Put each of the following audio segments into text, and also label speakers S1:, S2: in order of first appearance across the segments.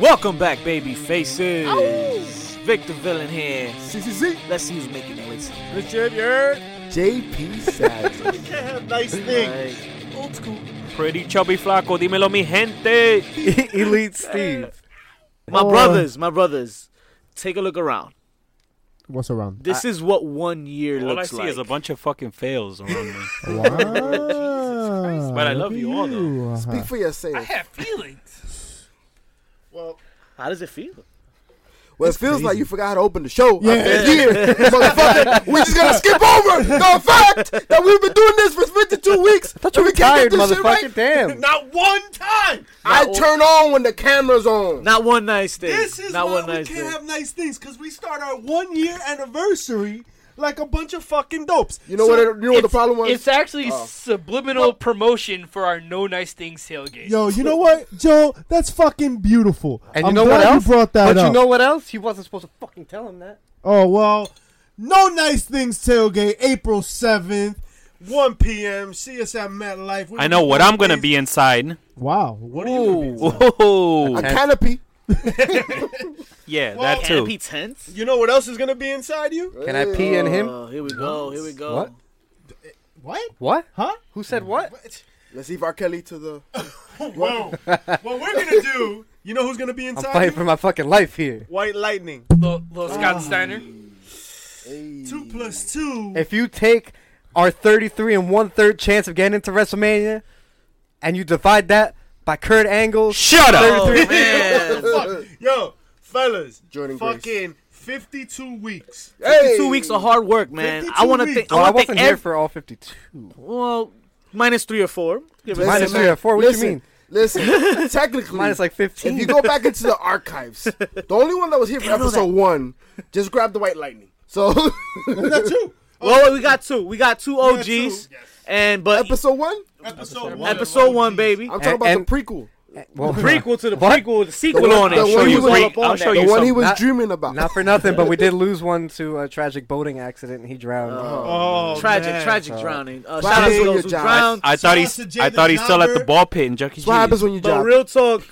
S1: Welcome back, baby faces. Victor Villain here.
S2: CCC.
S1: Let's see who's making noise.
S3: Richard, you heard?
S2: JP Savage.
S3: You can't have nice things. Old school.
S1: Pretty chubby flaco, dímelo mi gente.
S4: Elite Steve.
S1: My
S2: Oh.
S1: brothers, my brothers, take a look around.
S2: What's around?
S1: This is what one year
S5: All I
S1: looks
S5: see
S1: like.
S5: is a bunch of fucking fails around me.
S2: Wow. But
S5: I love you all, though.
S4: uh-huh.
S2: Speak for
S3: I
S2: yourself.
S3: have feelings. Well,
S1: How does it feel?
S6: Well, it feels like you forgot how to open the show. Yeah,
S2: Yeah.
S6: motherfucker. We're just gonna skip over the fact that we've been doing this for 52 weeks. I thought you were
S4: Tired motherfucker. Damn.
S3: not one time.
S6: I turn on when the camera's on.
S1: Not one nice thing.
S3: This is
S1: Not
S3: why
S1: one
S3: we
S1: nice
S3: can't
S1: thing.
S3: have nice things because we start our one year anniversary like a bunch of fucking dopes.
S6: You know
S3: So
S6: what? It, you know what the
S7: It's-
S6: problem was?
S7: It's actually
S6: Oh.
S7: subliminal promotion for our No Nice Things tailgate.
S8: Yo, you know what, Joe? That's fucking beautiful.
S4: And
S8: I'm
S4: you know
S8: glad
S4: what else?
S8: you brought that
S4: But
S8: up.
S4: you know what else? He wasn't supposed to fucking tell him that.
S8: oh well, no nice things tailgate April seventh, one p.m. See us at MetLife. We're
S5: I know what
S8: doing
S5: I'm gonna
S8: things-
S5: be inside.
S8: Wow, what are you?
S1: Ooh.
S6: a
S5: Oh,
S6: canopy.
S5: yeah,
S3: Well,
S5: that too.
S1: Canopy tents?
S3: You know what else is gonna be inside you?
S4: Can I pee in him?
S1: Oh, here we go. Here we go.
S4: What?
S8: What?
S4: What?
S8: Huh?
S4: Who said what?
S6: Let's leave R. Kelly to the.
S3: Whoa. what we're gonna do? You know who's gonna be
S4: I'm
S3: inside?
S4: fighting
S3: you?
S4: for my fucking life here.
S3: White Lightning.
S7: Little, little Scott Steiner.
S3: Two plus two.
S4: If you take our 33 and one third chance of getting into WrestleMania, and you divide that by Kurt Angle's
S5: Shut up.
S4: 33
S1: Oh, man.
S3: Fuck. Yo, fellas.
S6: Jordan Grace.
S3: fucking 52 weeks.
S6: Hey,
S1: Two weeks of hard work, man. I
S3: 52
S1: want to think.
S4: Well, Oh, I
S1: I want to
S4: wasn't
S1: think.
S4: here
S1: Ev-
S4: for all 52.
S1: well, minus three or four. Give it-
S4: Minus
S6: man.
S4: three or four. What do you
S6: Listen,
S4: mean?
S6: Listen, technically,
S4: Minus like 15.
S6: if you go back into the archives, the only one that was here for episode one, just grab the White Lightning. So,
S1: Well, we got two. We got two OGs, and but episode,
S6: episode one,
S3: Episode one.
S1: one, baby.
S6: I'm talking
S4: And-
S6: about
S4: and-
S6: the prequel,
S4: well,
S1: prequel to the prequel, the sequel
S6: The
S1: on
S6: one-
S1: it.
S6: the
S1: Show
S6: one
S1: you
S6: he was
S1: all
S6: up
S1: up on
S5: I'll show
S1: that.
S6: the
S5: you
S6: one he
S5: something.
S6: was
S4: Not-
S6: dreaming about.
S4: Not for nothing, but we did lose one to a tragic boating accident. and He drowned.
S8: Uh-huh.
S3: Oh,
S1: Tragic,
S3: man.
S1: tragic drowning. Uh,
S6: Why
S1: shout out
S6: did
S1: to
S6: you
S1: those who
S6: job?
S1: drowned.
S5: I thought he's.
S3: Sausage
S5: I
S3: in the
S5: thought he's still at the
S3: number.
S5: ball pit in Jackie
S6: That's what happens
S5: G's.
S6: when you
S1: But
S6: job.
S1: real talk,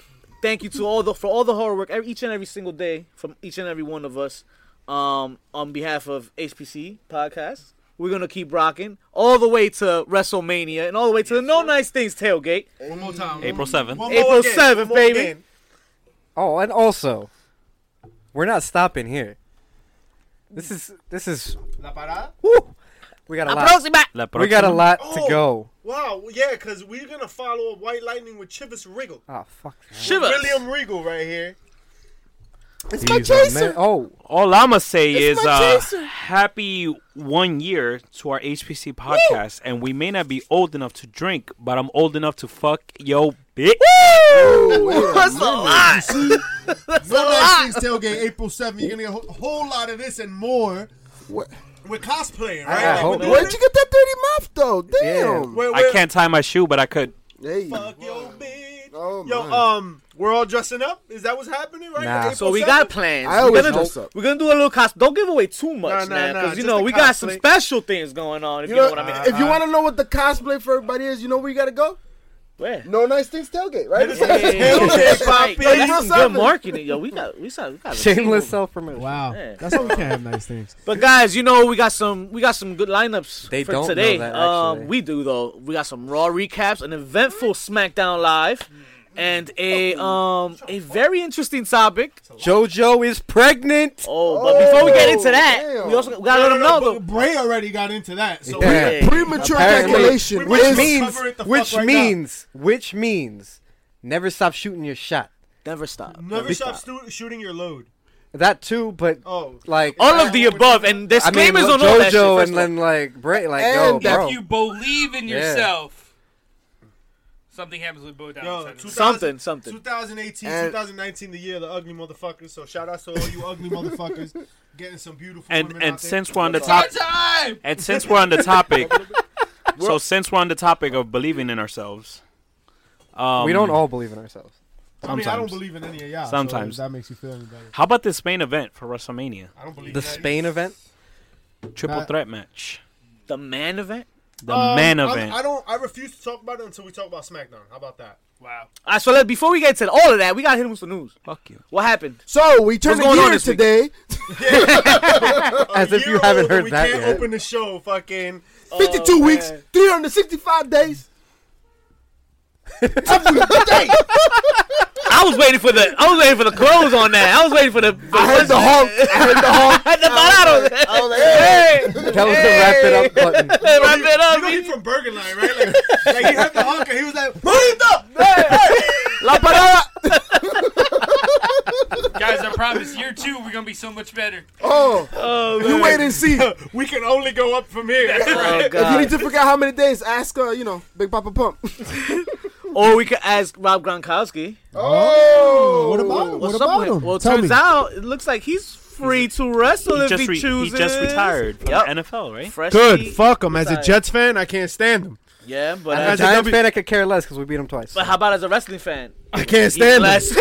S1: thank you to all the for all the hard work every, each and every single day from each and every one of us. Um, on behalf of HPC podcast, we're gonna keep rocking all the way to WrestleMania and all the way to the No Nice Things tailgate,
S3: One more time.
S5: April 7th.
S3: One more
S1: April
S3: again.
S1: seventh,
S3: One more
S1: baby.
S3: again.
S4: Oh, and also, we're not stopping here. This is this is.
S3: La parada?
S4: Woo, we got a lot.
S5: La
S4: We got a
S5: próxima.
S4: lot to
S3: Oh.
S4: go.
S3: Wow, well, yeah, because we're going to follow up White Lightning with Chivas Regal.
S4: Oh fuck. man.
S1: Shiva.
S3: William Regal right here.
S6: it's my
S4: He's a
S6: chaser.
S4: man- Oh,
S5: All I'ma say
S6: It's
S5: is
S6: my
S5: uh,
S6: chaser.
S5: happy one year to our HPC podcast, and we may not be old enough to drink, but I'm old enough to fuck yo bitch.
S6: Oh, wait a
S1: That's a
S6: minute.
S1: lot.
S3: No Nice Things tailgate April 7th. You're going to get a whole, whole lot of this and more.
S6: What-
S3: We're cosplaying,
S4: I
S3: right?
S4: hope-
S3: we're doing
S6: Where'd you get that dirty mouth though? Damn.
S3: We're,
S5: I
S3: we're-
S5: can't tie my shoe, but I could.
S6: Hey.
S3: Fuck yo, bitch.
S6: Oh,
S3: yo,
S1: uh,
S6: man.
S3: um, we're all dressing up. Is that what's happening right
S4: Nah.
S3: now? April
S1: So we
S3: 7th?
S1: got plans.
S6: I
S1: we're,
S6: always
S1: gonna
S6: dress
S1: do,
S6: up.
S1: we're gonna do a little cost. Don't give away too much,
S3: Nah, nah,
S1: man,
S3: nah,
S1: because you
S3: just
S1: know
S3: a
S1: we got some
S3: cosplay.
S1: special things going on. If
S6: You
S1: you
S6: know,
S1: know, what I mean? Uh-huh.
S6: if you want to know what the cosplay for everybody is, you know where you gotta go.
S1: Where?
S6: No nice things tailgate, right? It's like-
S1: Hey,
S3: Poppy.
S1: that's some good
S6: Seven.
S1: marketing, yo. We got, we got, we got
S4: shameless self promotion.
S8: Wow,
S1: Yeah.
S8: that's why we can't have nice things.
S1: But guys, you know we got some, we got some good lineups
S4: They
S1: for
S4: don't know
S1: today.
S4: that, actually.
S1: um, we do though. We got some Raw recaps, an eventful SmackDown Live, and a um a very interesting topic.
S4: JoJo is pregnant.
S1: Oh, but before we get into that,
S6: damn.
S1: we also gotta let them know though.
S3: but Bray already got into that. So
S4: Yeah.
S1: Hey.
S6: Premature
S4: Apparently.
S6: ejaculation.
S3: We
S4: Which
S3: just
S6: is-
S4: means,
S3: cover it the fuck
S4: which
S3: right now.
S4: means, which means, never stop shooting your shot.
S1: Never stop.
S3: never stop stu- shooting your load.
S4: That too, but
S3: Oh.
S4: like
S1: All of the above, and
S4: I mean,
S1: disclaimers
S4: look,
S1: on all that shit.
S4: JoJo
S1: first
S4: and
S1: of all.
S4: then like Bray, like
S6: And
S4: yo,
S6: that
S4: bro.
S7: If you believe in
S4: Yeah.
S7: yourself, something happens with Bo
S3: Yo,
S7: Down.
S3: 2000
S1: Something, something.
S3: 2018,
S6: And-
S3: 2019, the year of the ugly motherfuckers. So shout out to all you ugly motherfuckers getting some beautiful
S5: And
S3: women
S5: and
S3: out
S5: since we're on the top,
S7: One time!
S5: and since we're on the topic, so since we're on the topic of believing in ourselves, um,
S1: Um,
S4: we don't all believe in ourselves.
S8: I mean, I don't
S5: Sometimes.
S8: believe in any of y'all. so
S5: Sometimes.
S8: if that makes you feel any better.
S5: How about the Spain event for WrestleMania?
S8: I don't believe
S4: The
S8: in that.
S4: Spain event?
S1: Uh,
S5: Triple
S8: Not-
S5: threat match.
S1: The man event.
S5: The
S8: Um,
S5: man
S8: I'm-
S5: event.
S8: I don't. I refuse to talk about it until we talk about SmackDown. How about that?
S7: Wow.
S1: All right, so let, before we get to all of that, we got to hit him with some news.
S5: Fuck you.
S1: What happened?
S6: So we turned
S1: What's going
S6: the
S1: on
S6: year
S1: this week?
S6: today.
S8: A
S4: As if you
S8: year
S4: haven't
S8: old,
S4: heard
S8: we
S4: that
S8: can't
S4: yet.
S8: open the show. Fucking.
S6: 52
S1: Oh,
S6: weeks,
S1: man.
S6: 365 days.
S1: I was waiting for the I was waiting for the close on that. I was waiting for the.
S6: I heard the honk. I heard the honk.
S1: the bottom.
S6: I was like, hey.
S4: That was the wrap it up button.
S1: Wrap it up.
S8: You know he from Bergenline, right? Like, like he had the honker. He was like, "Marita!"
S6: La parada.
S7: Guys, I promise, year two, we're going to be so much better.
S6: Oh, you wait and see.
S8: We can only go up from here.
S1: Oh,
S6: If you
S1: God.
S6: need to figure out how many days, ask, uh, you know, Big Papa Pump.
S1: Or we could ask Rob Gronkowski.
S2: Oh, what about him?
S1: What's
S2: What
S1: up
S2: about
S1: with
S2: him?
S1: him? Well,
S2: Tell
S1: turns
S2: me.
S1: out it looks like he's free to wrestle
S5: He
S1: if
S5: just,
S1: he
S5: re- he
S1: chooses.
S5: just retired from
S1: Yep.
S5: the NFL, right?
S1: Fresh
S8: Good.
S1: meat.
S8: Fuck him. As a
S1: Besides-
S8: Jets fan, I can't stand him.
S1: Yeah, but
S4: As
S1: as
S4: a
S1: a,
S4: Giants
S8: W-
S4: fan, I could care less because we beat them twice.
S1: but how about as a wrestling fan?
S8: I can't
S1: He's
S8: stand him.
S1: less-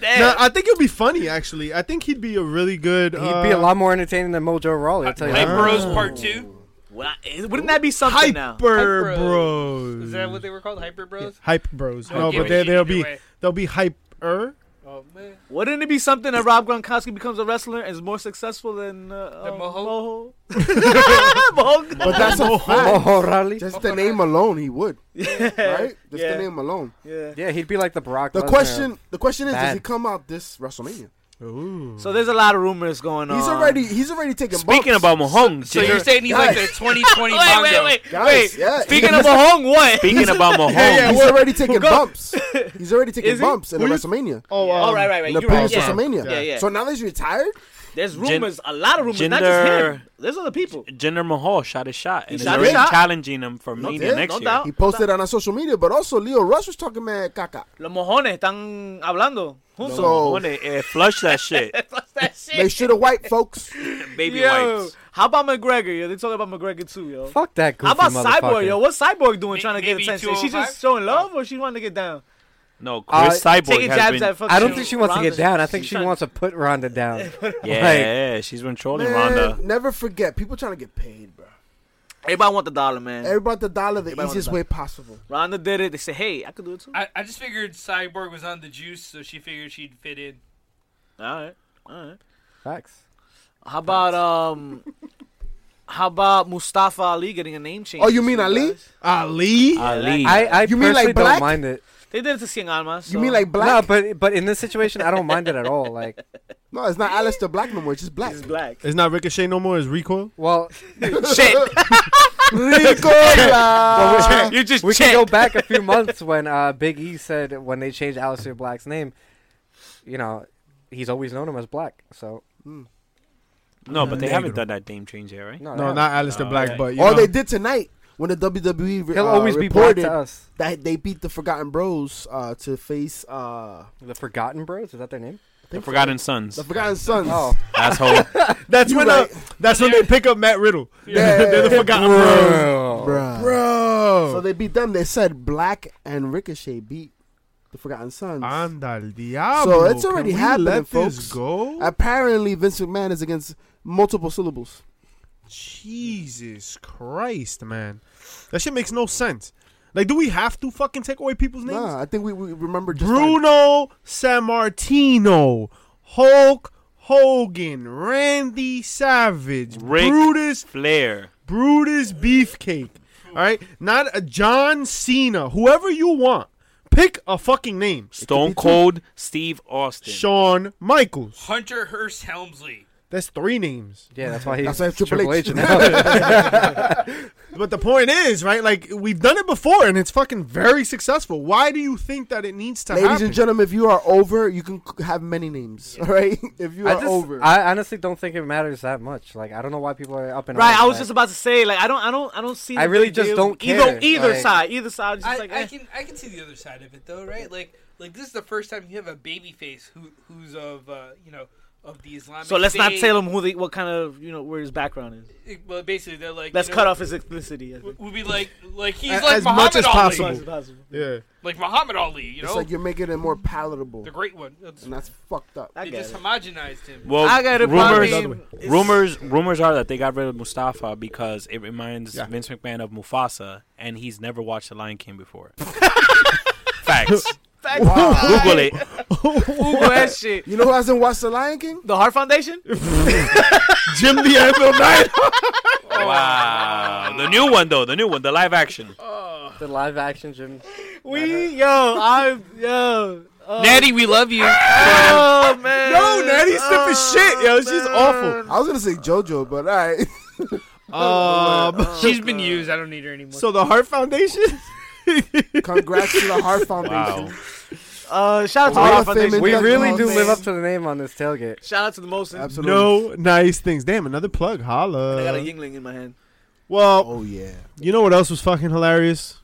S1: Damn.
S8: No, I think he'll be funny. Actually, I think he'd be a really good. uh,
S4: He'd
S1: uh,
S4: be a lot more entertaining than Mojo Rawley, I'll tell you
S7: Hype
S4: that.
S7: Bros Part 2.
S1: Well, I- wouldn't that be something now?
S8: hyper
S7: Hype
S8: bros.
S7: Is that what they were called? Hyper Bros?
S8: Hype bros.
S7: I
S8: No,
S7: can't
S8: but they,
S7: either
S8: they'll be
S7: way.
S8: they'll be hyper.
S7: Oh, man.
S1: Wouldn't it be something that Rob Gronkowski becomes a wrestler and is more successful than uh,
S7: Than
S1: um,
S7: Moho?
S1: Moho? Moho.
S6: But that's a fact.
S4: Mojo Rawley?
S6: Just the name alone, he would,
S1: Oh. Yeah.
S6: right? Just
S1: Yeah.
S6: the name alone.
S1: yeah.
S4: Yeah, he'd be like the Brock
S6: The
S4: Lesnar.
S6: question, the question is, does
S4: Bad.
S6: he come out this WrestleMania?
S8: Ooh.
S1: So there's a lot of rumors going on.
S6: He's already, he's already taking. bumps.
S5: Speaking about Mahomes,
S7: So you're
S5: dude.
S7: saying he's like the 2020
S1: Wait, wait,
S7: Mongo.
S1: wait.
S6: Guys, yeah,
S1: Speaking of Mahong, what?
S5: speaking about Mahomes,
S6: he's already taking
S1: go-
S6: bumps. He's already taking
S1: Is he?
S6: bumps in the
S8: Who you-
S6: WrestleMania.
S8: Oh,
S1: Oh, right, right, right.
S6: In the
S1: You're right.
S6: previous
S1: Yeah.
S6: WrestleMania.
S1: Yeah, yeah.
S6: So now that he's retired,
S1: There's
S5: Gen-
S1: rumors, a lot of rumors, not just him.
S5: Gender-
S1: There's other people.
S5: Jinder Mahal shot his shot, and is
S1: shot his
S5: already
S1: shot.
S5: challenging him for Mania
S1: yeah,
S5: next
S1: no
S5: year.
S1: doubt.
S6: he posted on our social media, but also Leo Rush was talking mad caca.
S1: Los mojones están hablando juntos.
S6: So-
S5: When they eh, flush that shit,
S1: What's that
S6: They
S1: shit?
S6: should have wiped folks.
S5: baby
S1: Yo,
S5: wipes.
S1: How about McGregor? Yo, they talking about McGregor too, yo.
S4: Fuck that goofy
S1: How about
S4: motherfucker.
S1: Cyborg, yo? What's Cyborg doing
S7: May-
S1: trying to get
S7: maybe
S1: attention? Is she just
S7: 205?
S1: showing love or she wanting to get down?
S5: No, Chris Cyborg
S1: Taking
S5: has
S1: jabs
S5: been.
S1: at fucking
S4: I don't think she wants to
S1: Ronda.
S4: get down. I think
S1: She's
S4: she
S1: trying-
S4: wants to put Ronda down.
S5: yeah, she's been trolling
S6: Man,
S5: Ronda.
S6: never forget, people trying to get paid, bro.
S1: Everybody want the dollar, man.
S6: Everybody the dollar the
S1: Mm. Everybody
S6: easiest
S1: wanna
S6: way possible.
S1: Ronda did it. They said, hey, I could do it too.
S7: I, I just figured Cyborg was on the juice, so she figured she'd fit in.
S1: All right. All right.
S4: Facts.
S1: How about um how about Mustafa Ali getting a name change?
S6: Oh, you
S1: this
S6: mean
S1: week,
S6: Ali?
S1: guys?
S8: Ali.
S5: Ali,
S4: I, I
S6: You
S4: you
S6: mean, like, black?
S4: don't mind it.
S1: They did it to Cien Almas.
S6: You
S1: so-
S6: mean like black?
S4: No, but but in this situation, I don't mind it at all. Like,
S6: No, it's not Alistair Black no more. It's just Black.
S1: He's black.
S8: It's not Ricochet no more. It's Recoil.
S4: well,
S1: Shit.
S6: Rico Uh,
S4: well,
S1: you just
S4: we, we
S1: check.
S4: can go back a few months when uh, Big E said when they changed Aleister Black's name, you know, he's always known him as Black. So
S5: no, but they
S8: Negro.
S5: haven't done that name change yet, right?
S4: no,
S8: No,
S4: no,
S8: not Alistair
S5: Oh,
S8: Black,
S5: okay.
S8: but you
S6: All
S8: know,
S6: they did tonight when the WWE re-
S4: he'll
S6: uh,
S4: always be Black
S6: reported
S4: to us.
S6: that they beat the Forgotten Bros uh, to face uh,
S4: The Forgotten Bros is that their name?
S5: The Forgotten Sons,
S6: the Forgotten Sons.
S4: Oh,
S5: asshole.
S8: that's
S6: You
S8: when
S6: right.
S8: uh, that's when they pick up Matt Riddle.
S6: Yeah.
S8: They're the Forgotten Bros.
S6: Bruh.
S8: Bro.
S6: So they beat them. They said Black and Ricochet beat the Forgotten Sons.
S8: Anda al diablo.
S6: it's already
S8: Can we
S6: happening,
S8: Let
S6: folks.
S8: this go.
S6: Apparently, Vince McMahon is against multiple syllables.
S8: Jesus Christ, man, that shit makes no sense. Like, do we have to fucking take away people's names?
S6: Nah, I think we, we remember just fine.
S8: Bruno San Martino, Hulk Hogan, Randy Savage,
S5: Rick
S8: Brutus
S5: Flair.
S8: Brutus Beefcake. All right, not a John Cena. Whoever you want, pick a fucking name.
S5: Stone Cold Steve Austin.
S8: Shawn Michaels.
S7: Hunter Hearst Helmsley.
S8: That's three names.
S4: yeah, that's why he's
S6: That's why it's Triple
S4: Triple
S6: H.
S4: H. now.
S8: But the point is, right? Like we've done it before, and it's fucking very successful. Why do you think that it needs to
S6: Ladies
S8: happen?
S6: and gentlemen, if you are over, you can c- have many names. All right, if you
S4: I
S6: are
S4: just,
S6: over,
S4: I honestly don't think it matters that much. Like, I don't know why people are
S6: Oh,
S4: up in
S1: Right,
S4: arms
S1: I was
S4: about
S1: just
S4: it.
S1: about to say, like, I don't, I don't, I don't see.
S4: I
S1: the
S4: really
S1: big
S4: just
S1: deal.
S4: don't
S1: Either,
S4: care,
S1: either
S4: like-
S1: side, either side. Just
S7: I,
S1: like,
S7: I
S1: eh.
S7: can I can see the other side of it though, right? Like like this is the first time you have a baby face who who's of uh, you know of the Islamic.
S1: So let's not
S7: State.
S1: tell him who they, what kind of you know where his background is.
S7: It- Well, basically, they're like
S1: Let's
S7: you know,
S1: cut off his explicitity. I think.
S7: We'll be like, like he's
S8: A-
S7: like
S8: as
S7: Muhammad
S8: much as
S7: Ali,
S8: possible.
S1: As possible.
S8: Yeah.
S7: like Muhammad Ali. You know,
S6: It's like you're making it more palatable,
S7: the great one. That's-
S6: and that's fucked up.
S1: I
S7: they
S1: get
S7: just
S1: it.
S7: homogenized him.
S5: Well,
S1: I got it.
S5: rumors,
S1: probably- it's-
S5: rumors, rumors are that they got rid of Mustafa because it reminds
S8: Yeah.
S5: Vince McMahon of Mufasa, and he's never watched The Lion King before. Facts.
S1: Facts. Wow.
S5: Google it.
S1: Google that shit.
S6: You know who hasn't watched The Lion King?
S1: The Heart Foundation.
S6: Jim the Anvil Knight.
S5: Wow. The new one though, the new one, the live action.
S4: The live action Jim.
S1: We yo, I'm yo. Oh,
S7: Natty, we love you.
S1: oh man. Oh.
S8: No, Natty's stiff as shit, yo. She's awful.
S6: I was gonna say JoJo, but all right.
S1: Oh,
S8: Um,
S7: She's been used. I don't need her anymore.
S8: so the Heart Foundation.
S6: Congrats to the Heart
S5: Wow.
S6: Foundation.
S1: Uh, shout out to the
S6: Hall
S1: Heart
S6: of Fame
S1: Foundation.
S6: in
S4: We
S6: That's
S4: really
S6: all
S4: do
S6: I'm
S4: live
S6: saying.
S4: up to the name on this tailgate.
S1: Shout out to the Molson.
S6: Absolutely.
S8: No nice things. Damn, another plug.
S1: I got a
S8: Holla.
S1: Yingling in my hand.
S8: Well,
S6: Oh yeah.
S8: you know what else was fucking hilarious?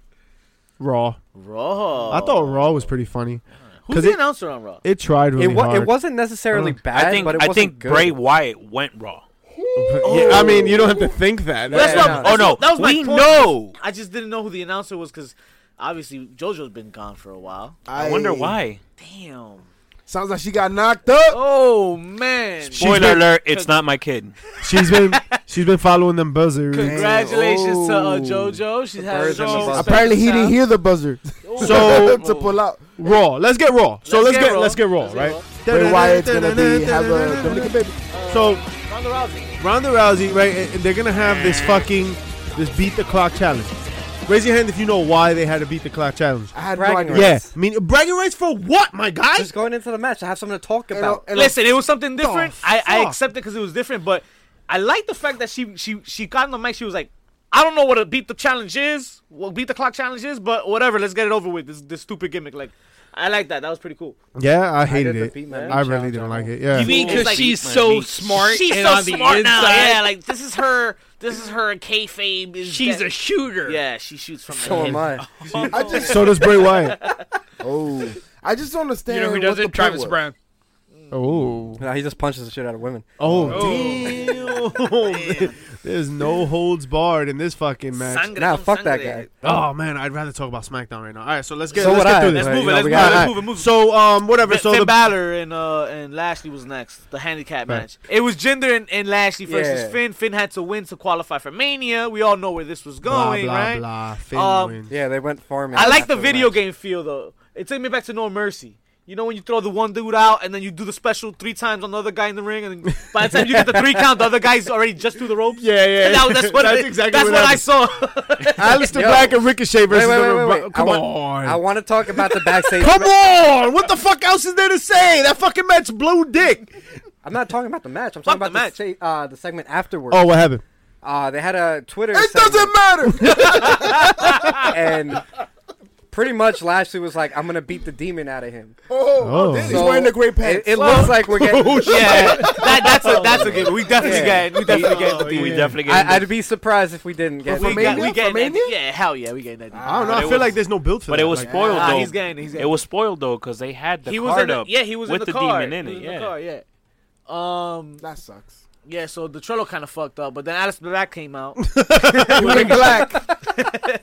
S8: Raw.
S1: Raw.
S8: I thought Raw was pretty funny.
S1: Who's
S8: 'cause
S1: the
S8: it-
S1: announcer on Raw?
S8: It tried really
S4: it, wa-
S8: hard.
S4: it wasn't necessarily
S8: I
S4: bad,
S5: I think
S4: but it
S5: I
S4: wasn't
S5: think
S4: good.
S5: Bray Wyatt went raw.
S8: Yeah, I mean, you don't have to think that.
S1: That's
S4: Yeah,
S1: what-
S4: no,
S5: Oh no,
S1: that was my
S5: we
S1: point. Oh,
S5: know.
S1: I just didn't know who the announcer was because obviously JoJo's been gone for a while.
S5: I wonder why.
S1: Damn.
S6: Sounds like she got knocked up.
S1: Oh man.
S8: She's
S5: Spoiler
S8: been-
S5: alert, it's not my kid.
S8: She's been she's been following them buzzers.
S1: Congratulations to uh,
S6: Oh.
S1: JoJo. She has
S4: birds and the
S1: no
S4: bugs.
S6: Apparently he didn't hear the buzzer.
S8: So-
S6: to pull out,
S8: Raw. Let's get raw. So let's, get,
S1: raw.
S8: let's get raw,
S1: Let's
S8: right?
S1: raw.
S6: Bray Wyatt's gonna be have a Dominican baby.
S8: So
S1: Ronda Rousey.
S8: Ronda Rousey, right? And and they're gonna have this fucking this beat the clock challenge. Raise your hand if you know why they had a beat the clock challenge.
S6: I had
S4: Bragging
S6: no idea.
S4: rights.
S8: Yeah, I mean bragging rights for what, my guy?
S4: Just going into the match, I have something to talk
S6: And
S4: about.
S6: I- and I-
S1: Listen, it was something different. I, I
S8: fuck?
S1: accept it because it was different, but I like the fact that she she she got on the mic. She was like, "I don't know what a beat the challenge is, what beat the clock challenge is, but whatever. Let's get it over with. This this stupid gimmick. Like, I like that. That was pretty cool.
S8: Yeah, I
S4: did
S8: hated
S4: the
S8: it.
S4: beat my meat
S8: I really
S4: challenge
S8: didn't
S4: at
S8: like
S4: home.
S8: it. Yeah.
S7: you mean
S1: It's
S7: because
S1: like-
S7: she's so smart
S1: She's
S7: and
S1: so
S7: on the
S1: smart
S7: inside,
S1: now. Yeah, like this is her. This is her kayfabe. Is
S7: she's
S1: that-
S7: a shooter.
S1: yeah. She shoots from
S4: So
S1: the
S4: am
S1: hip.
S4: I.
S6: I just
S8: so does Bray Wyatt.
S6: oh, I just don't understand.
S7: You know who does
S6: what
S7: it?
S6: the point
S7: Travis
S6: was.
S7: Brown.
S8: Oh.
S4: No, he just punches the shit out of women.
S8: Oh.
S7: Oh,
S8: Damn. There's no holds barred in this fucking match.
S1: Sangre
S4: Nah,
S1: con
S4: fuck that
S1: sangre.
S4: guy.
S8: Oh man, I'd rather talk about SmackDown right now. All right, so let's get
S4: So
S8: let's
S4: would
S8: get
S4: I.
S8: through this.
S4: Let's
S1: move it,
S4: Yeah,
S1: let's
S4: we
S1: move it,
S4: got-
S1: let's
S4: alright.
S1: move it, move it.
S8: So um, whatever. So
S1: Finn
S8: the
S1: Balor and uh and Lashley was next. The handicap
S8: Right.
S1: match. It was Jinder and, and Lashley versus
S4: Yeah.
S1: Finn. Finn had to win to qualify for Mania. We all know where this was
S8: blah
S1: going,
S8: blah
S1: right?
S8: blah. Finn
S1: Um,
S8: wins.
S4: Yeah, they went farming.
S1: I like
S4: after
S1: the video
S4: match.
S1: game feel though. It took me back to No Mercy. You know when you throw the one dude out and then you do the special three times on the other guy in the ring, and then by the time you get the three count, the other guy's already just through the ropes.
S8: Yeah, yeah.
S1: That was- that's what
S8: That's
S1: it-
S8: exactly
S1: that's
S8: what
S1: what I
S8: happened.
S1: saw.
S8: Alistair
S4: Yo.
S8: Black and Ricochet
S4: Wait,
S8: versus
S4: wait, wait,
S8: the-
S4: wait, wait. I
S8: Come
S4: want-
S8: on.
S4: I want to talk about the backstage.
S8: Come on! What the fuck else is there to say? That fucking match blew dick.
S4: I'm not talking about the match. I'm
S1: Fuck
S4: talking about
S1: the
S4: the,
S1: match.
S4: se- uh, the segment afterwards.
S8: Oh, what happened?
S4: Uh, they had a Twitter.
S6: It
S4: segment,
S6: doesn't matter.
S4: And pretty much Lashley was like, "I'm gonna beat the demon out of him."
S8: Oh.
S6: Oh, he's
S4: So-
S6: wearing the great pants.
S4: It, it looks like we're getting.
S1: Oh, yeah, that, that's a that's a good. We definitely
S4: Yeah.
S1: got. We definitely got.
S5: We definitely get
S4: I, I'd be surprised if we didn't get.
S1: We
S4: it.
S1: got. We
S6: Mania?
S1: getting.
S6: For Mania?
S1: that- Yeah, hell yeah, we getting that.
S8: I don't know.
S5: But
S8: I
S5: it
S8: feel
S5: was-
S8: like there's no build for
S5: But
S8: that.
S5: it was
S8: Like,
S5: spoiled
S1: Ah,
S5: though.
S1: he's getting it, he's getting
S5: It was spoiled though because they had the
S1: he was
S5: card
S1: in the,
S5: up.
S1: yeah he was
S5: with
S1: in
S5: the,
S1: the, car.
S5: demon in
S1: He
S5: it.
S1: was
S5: yeah.
S1: the car, yeah. Um,
S6: that sucks.
S1: yeah, so the Trello kind of fucked up, but then Alice Black came out.
S6: We're black.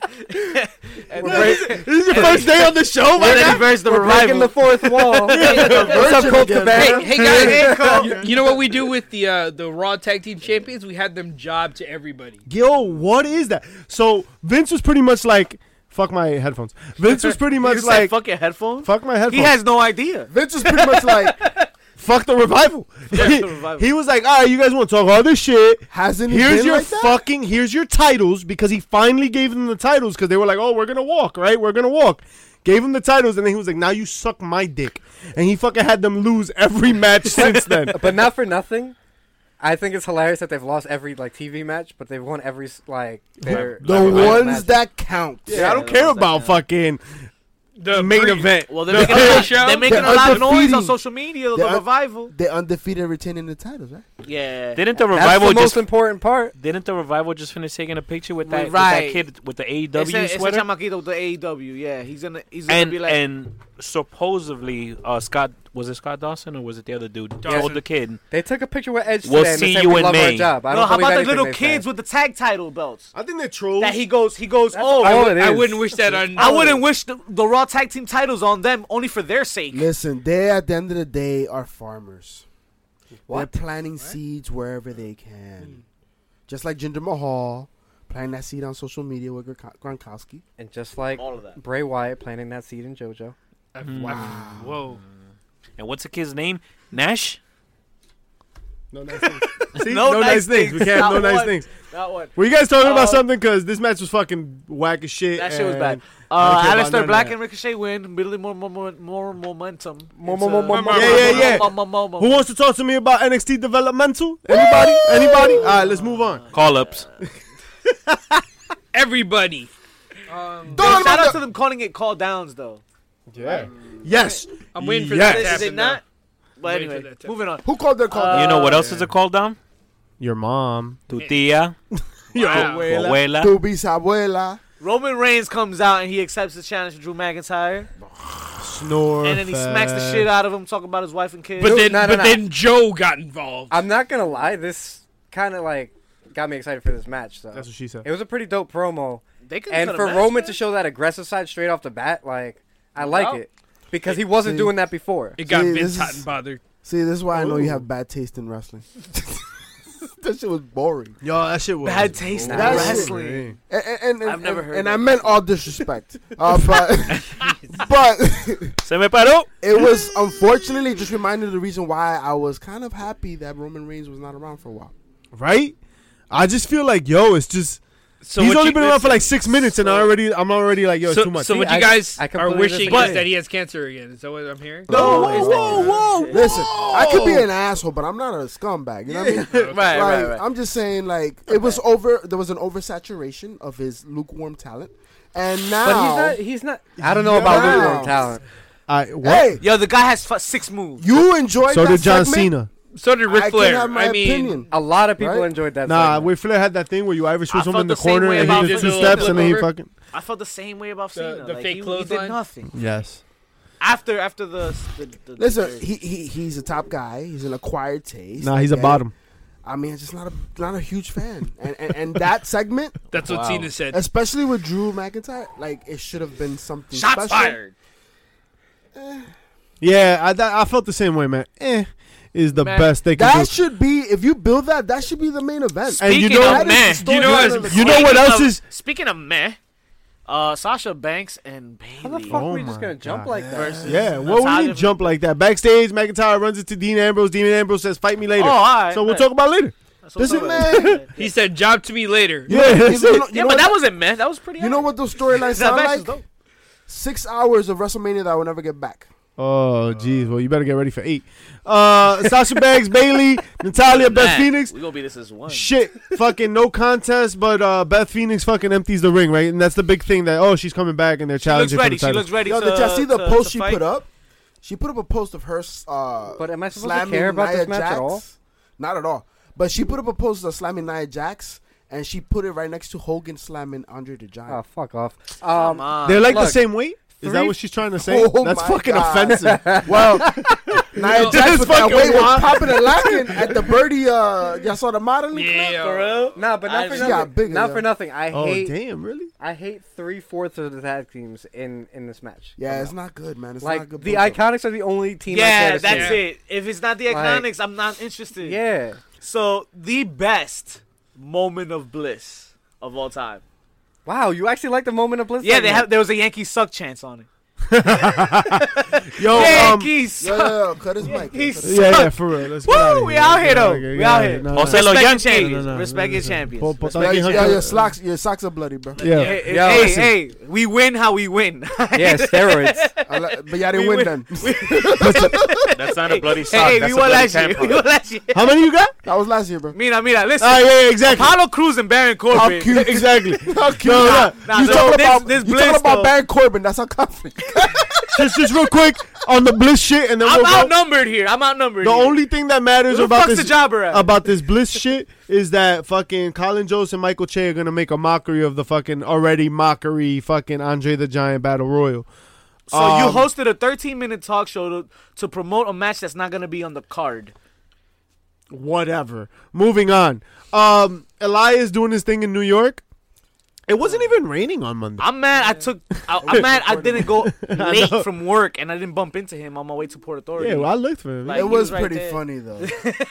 S1: and
S6: We're
S1: then,
S6: breaking-
S8: This is your first day on the show,
S1: and then
S8: man.
S1: he versed the
S4: We're breaking
S1: revival.
S4: the fourth wall. What's up,
S6: virgin
S4: Colt
S6: again.
S4: Cabana?
S7: Hey, hey guys, you, you know what we do with the uh, the Raw Tag Team Champions? We had them job to everybody.
S8: Yo, what is that? So Vince was pretty much like, fuck my headphones. Vince was pretty
S1: You
S8: much
S1: said
S8: like, fuck,
S1: fuck your headphones.
S8: my headphones.
S1: He has no idea.
S6: Vince was pretty much like,
S8: fuck the revival.
S1: the revival.
S8: he was like, all right, you guys want to talk all this shit?
S6: hasn't he
S8: Here's
S6: been
S8: your
S6: like that?
S8: fucking here's your titles because he finally gave them the titles because they were like, oh, we're gonna walk, right? We're gonna walk. Gave him the titles and then he was like, now you suck my dick, and he fucking had them lose every match since then.
S4: but not for nothing. I think it's hilarious that they've lost every like TV match, but they've won every s- like their
S6: The
S4: every
S6: ones
S4: match.
S6: that count.
S8: I don't care about fucking
S7: The
S8: main
S7: pre-
S8: event.
S1: Well, they're making, a
S7: Hey,
S1: lot,
S7: show.
S1: they're making a
S6: They're
S1: lot of noise on
S6: undefeated.
S1: social media. The
S6: They're un-
S1: revival.
S6: They're undefeated retaining the titles, right?
S1: Yeah.
S5: Didn't the
S4: That's
S5: revival
S4: the most
S5: just
S4: important part.
S5: didn't the revival just finish taking a picture with that,
S1: Right.
S5: with that kid with the
S1: They
S5: AEW
S1: said- it's a E
S5: sweater?
S1: chamaquito with the AEW. Yeah, he's gonna he's gonna
S5: And
S1: be like
S5: and supposedly uh, Scott was it Scott Dawson or was it the other dude?
S7: Dawson.
S5: Told the kid,
S4: They took a picture with Edge
S5: We'll
S4: today and they
S5: see
S4: said
S5: you
S4: we
S5: in
S4: love
S5: May."
S4: our job. I
S1: no,
S4: don't
S1: how
S4: believe
S1: about the
S4: anything
S1: little
S4: they
S1: kids
S4: said.
S1: with the tag title belts?
S3: I think they're trolls.
S1: That he goes, he goes, oh,
S4: all it
S7: I
S4: is.
S7: wouldn't wish that on.
S1: I wouldn't wish the, the Raw tag team titles on them only for their sake.
S6: Listen, they at the end of the day are farmers.
S4: What?
S6: They're planting seeds wherever they
S1: Hmm.
S6: can. Just like Jinder Mahal planting that seed on social media with Gronk- Gronkowski.
S4: And just like
S1: All of that.
S4: Bray Wyatt planting that seed in JoJo.
S7: Wow. Whoa.
S5: and what's the kid's name? Nash.
S8: No nice things. See?
S1: No
S8: No,
S1: nice
S8: nice things. We
S1: things.
S8: can't.
S1: Not
S8: No nice
S1: one.
S8: things.
S1: That one.
S8: Were you guys talking
S1: Uh,
S8: about something? Because this match was fucking whack as shit.
S1: That shit was
S8: and-
S1: bad. Uh,
S8: I don't care about none
S1: Alistair
S8: of
S1: Black
S8: that.
S1: and Ricochet win, building more more more, more momentum.
S4: More,
S1: into-
S4: more, more, more,
S8: Yeah, yeah, yeah.
S1: More, more, more, more.
S8: Who wants to talk to me about NXT developmental? Anybody? Anybody? All right, let's move on.
S5: Call ups.
S7: Everybody. Um,
S1: Hey, Shout out to them calling it call downs though.
S8: Yeah. Yes.
S7: I'm waiting for
S8: Yes.
S7: that to
S1: Is
S7: happen.
S1: it not? But
S7: Wait for
S1: anyway,
S7: that to-
S1: moving on.
S6: Who called their call?
S1: Uh,
S5: you know what else is a call down?
S8: Your mom.
S5: Tu tia,
S7: though. Wow.
S5: tu abuela.
S6: to be Sabuela.
S1: Roman Reigns comes out and he accepts the challenge from Drew McIntyre,
S8: Snore.
S1: and then he smacks the shit out of him, talking about his wife and kids.
S7: But then,
S4: no, no,
S7: but
S4: no.
S7: then Joe got involved.
S4: I'm not gonna lie, this kind of like got me excited for this match. So
S8: That's what she said.
S4: it was a pretty dope promo,
S1: they could've
S4: and
S1: cut a
S4: for
S1: match,
S4: Roman
S1: man.
S4: to show that aggressive side straight off the bat, like I like
S1: Wow.
S4: it because he wasn't doing that before.
S7: It got
S6: See,
S7: Vince
S6: this
S7: hot
S6: is-
S7: and bothered.
S6: See, this is why I know you
S1: Oh.
S6: have bad taste in wrestling. that shit was boring.
S8: Yo, that shit was
S1: bad taste in
S6: That's-
S1: wrestling.
S6: And, and, and, and,
S1: I've never heard
S6: And
S1: that.
S6: I meant all disrespect. uh, but but
S5: Se me paró.
S6: it was unfortunately just reminded of the reason why I was kind of happy that Roman Reigns was not around for a while.
S8: Right? I just feel like yo, it's just
S7: So
S8: he's
S7: what
S8: only
S7: you-
S8: been around for like six minutes, and I already I'm already like yo,
S7: so,
S8: it's too much.
S7: So
S4: See,
S7: what
S4: I-
S7: you guys
S4: I
S7: are
S4: completely
S7: wishing
S4: disagree.
S7: is that he has cancer again. Is that what I'm hearing?
S6: No,
S1: it's
S6: whoa, whoa, Listen, I could be
S8: Whoa.
S6: an asshole, but I'm not a scumbag. You know what I mean?
S1: Right,
S6: Like,
S1: right, right.
S6: I'm just saying, like it was over. There was an oversaturation of his lukewarm talent, and now
S4: But he's not. He's not. I don't know about
S6: Yeah.
S4: lukewarm talent.
S8: I what?
S6: hey,
S1: Yo, the guy has f- six moves.
S6: you enjoyed.
S8: so
S6: that
S8: did John
S6: segment?
S8: Cena.
S7: So did Ric
S6: I
S7: Flair.
S6: can have my
S7: I mean,
S6: opinion.
S4: A lot of people
S6: Right?
S4: enjoyed that.
S8: Nah,
S4: segment.
S8: Wait Flair had that thing where you Irish
S1: I
S8: twist him
S1: felt
S8: in the,
S1: the same
S8: corner
S1: way
S8: and
S1: about
S8: he did
S7: the
S8: two
S7: little
S8: steps and then he
S7: flip
S8: fucking
S1: I felt the same way about
S7: The-
S1: Cena.
S7: the
S1: like,
S7: fake
S1: he, he did
S7: clothesline?
S1: nothing
S8: yes.
S1: after after the the, the
S6: Listen,
S1: the-
S6: he, he he's a top guy. He's an acquired taste.
S8: Nah, he's
S6: I
S8: a
S6: get it.
S8: bottom.
S6: I mean, I'm just not a not a huge fan. and, and and that segment,
S7: that's what
S5: Wow.
S7: Cena said.
S6: especially with Drew McIntyre, like it should have been something
S7: Shots
S6: special.
S7: fired.
S8: Yeah, I that, I felt the same way, man. Eh, is the
S1: Man,
S8: best they can
S6: That
S8: do.
S6: should be if you build that, that should be the main event.
S8: And you
S5: Speaking
S8: know,
S5: of man,
S6: the
S7: you know
S6: storyline
S7: what-
S6: of the-
S8: you know what
S1: Speaking
S8: else
S1: of-
S8: is?
S1: Speaking of meh, uh, Sasha Banks and
S4: How the
S1: Bailey.
S4: fuck
S8: Oh
S4: were you just
S8: my
S4: gonna jump
S8: God.
S4: like that?
S8: Yeah, what
S1: That's
S8: we
S1: how
S8: didn't jump like that. Backstage, McIntyre runs into Dean Ambrose. Dean Ambrose says, "Fight me later."
S1: Oh, all right.
S8: so we'll
S1: bet.
S8: talk about it later.
S1: That's what I'm
S6: Listen,
S1: talking about.
S7: He said, "Job to me later."
S8: Yeah,
S6: You
S8: that's
S6: know- you
S8: it.
S6: know- you
S1: yeah,
S6: know
S1: but that
S6: what-
S1: wasn't meh. That was pretty.
S6: You know
S1: alright.
S6: what those storylines
S1: That
S6: sound
S1: match was
S6: like?
S1: dope.
S6: Six hours of WrestleMania that I will never get back.
S8: Oh, geez. Well, you better get ready for eight. Uh, Sasha Banks, Bailey, Natalia, Beth
S1: Matt,
S8: Phoenix.
S1: We gonna be this as one.
S8: Shit, fucking no contest, but uh, Beth Phoenix fucking empties the ring, right? And that's the big thing that oh, she's coming back and they're
S1: She looks
S8: challenging
S1: ready.
S8: for
S1: She
S8: the title.
S1: looks ready.
S6: Yo,
S1: to,
S6: did y'all see the
S1: to-
S6: post
S1: to
S6: she
S1: fight?
S6: put up? She put up a post of her. Uh,
S4: But am I supposed
S6: slamming
S4: to care about
S6: Nia
S4: this match
S6: Jax.
S4: at all?
S6: Not at all. But she put up a post of slamming Nia Jax, and she put it right next to Hogan slamming Andre the Giant.
S4: Oh, fuck off.
S1: Come
S4: Um,
S1: on.
S8: They're like the
S4: Look,
S8: same weight. Is that
S4: three-
S8: what she's trying to say?
S6: Oh
S8: that's
S6: my
S8: fucking
S6: God.
S8: offensive.
S6: Well, Nia Jax
S8: This
S6: with that
S8: fucking
S6: way was
S8: wild.
S6: popping and lacking at the birdie. Uh, y'all saw the modeling clip?
S7: Yeah.
S1: for real.
S4: nah, but
S1: I-
S4: not for
S1: She
S6: got
S4: nothing.
S6: bigger,
S4: not
S6: yo.
S4: for nothing. I
S8: Oh
S4: hate.
S8: damn, really?
S4: I hate three fourths of the tag teams in in this match.
S6: Yeah, it's not good, man. It's not
S4: like
S6: good.
S4: the
S6: build-up.
S4: Iconics are the only team. I care
S1: Yeah,
S4: to
S1: that's
S4: see.
S1: it. If it's not the
S4: Like-
S1: Iconics, I'm not interested.
S4: Yeah,
S1: So the best moment of bliss of all time.
S4: wow, you actually like the moment of bliss.
S1: Yeah, they
S4: segment.
S1: have. There was a Yankee suck chance on it.
S8: Yo, um,
S1: Yankee
S6: Yo,
S1: suck.
S6: yo, yo, cut his mic. yo,
S1: He
S6: cut his-
S8: yeah, yeah, for real. Let's get
S1: Woo,
S8: outta here.
S1: we out here,
S8: Get outta
S1: though. We out
S8: get
S1: here.
S8: outta
S5: O sea, los
S1: Respect your
S5: Yankees.
S1: champions.
S8: no, no,
S1: Respect your
S8: listen.
S1: champions.
S8: Po- po-
S1: Respect
S8: tagi-
S1: your
S6: Yo,
S1: champions.
S6: your socks, your socks are bloody, bro.
S8: Yeah.
S1: Hey, hey,
S4: Yo,
S1: hey,
S4: listen.
S1: hey, we win how we win.
S4: yeah steroids.
S6: I li- but y'all
S1: We
S6: didn't win
S1: win.
S6: then.
S5: That's not a bloody sock.
S1: hey,
S5: That's
S1: we
S5: a
S1: won
S5: bloody
S1: last year. We
S5: tampon.
S1: won last year.
S8: How many you got?
S6: That was last year, bro.
S1: Mira, mira, listen.
S8: Ah, yeah, yeah, exactly.
S1: Apollo Cruz and Baron Corbin.
S6: cute.
S8: exactly. No, no.
S1: Nah,
S6: you
S1: so
S6: talking
S1: this-
S6: about
S1: this
S6: you
S1: Bliss,
S6: talking
S1: though.
S6: about Baron Corbin? That's how confident.
S8: just, just real quick on the bliss shit, and then
S1: I'm
S8: we'll go.
S1: outnumbered here. I'm outnumbered.
S8: The
S1: here.
S8: only thing that matters
S1: Who the
S8: about
S1: fuck's
S8: this
S1: the jobber at?
S8: about this bliss shit is that fucking Colin Jost and Michael Che are gonna make a mockery of the fucking already mockery fucking Andre the Giant Battle Royal.
S1: So you hosted a 13 minute talk show to, to promote a match that's not going to be on the card.
S8: whatever. Moving on. Um, Elias doing his thing in New York. It wasn't even raining on Monday.
S1: I'm mad. I took. I, I'm mad. I didn't go late from work and I didn't bump into him on my way to Port Authority.
S8: Yeah, well, I looked for him.
S1: Like,
S6: It
S1: he
S6: was,
S1: right
S6: pretty
S1: there.
S6: funny though.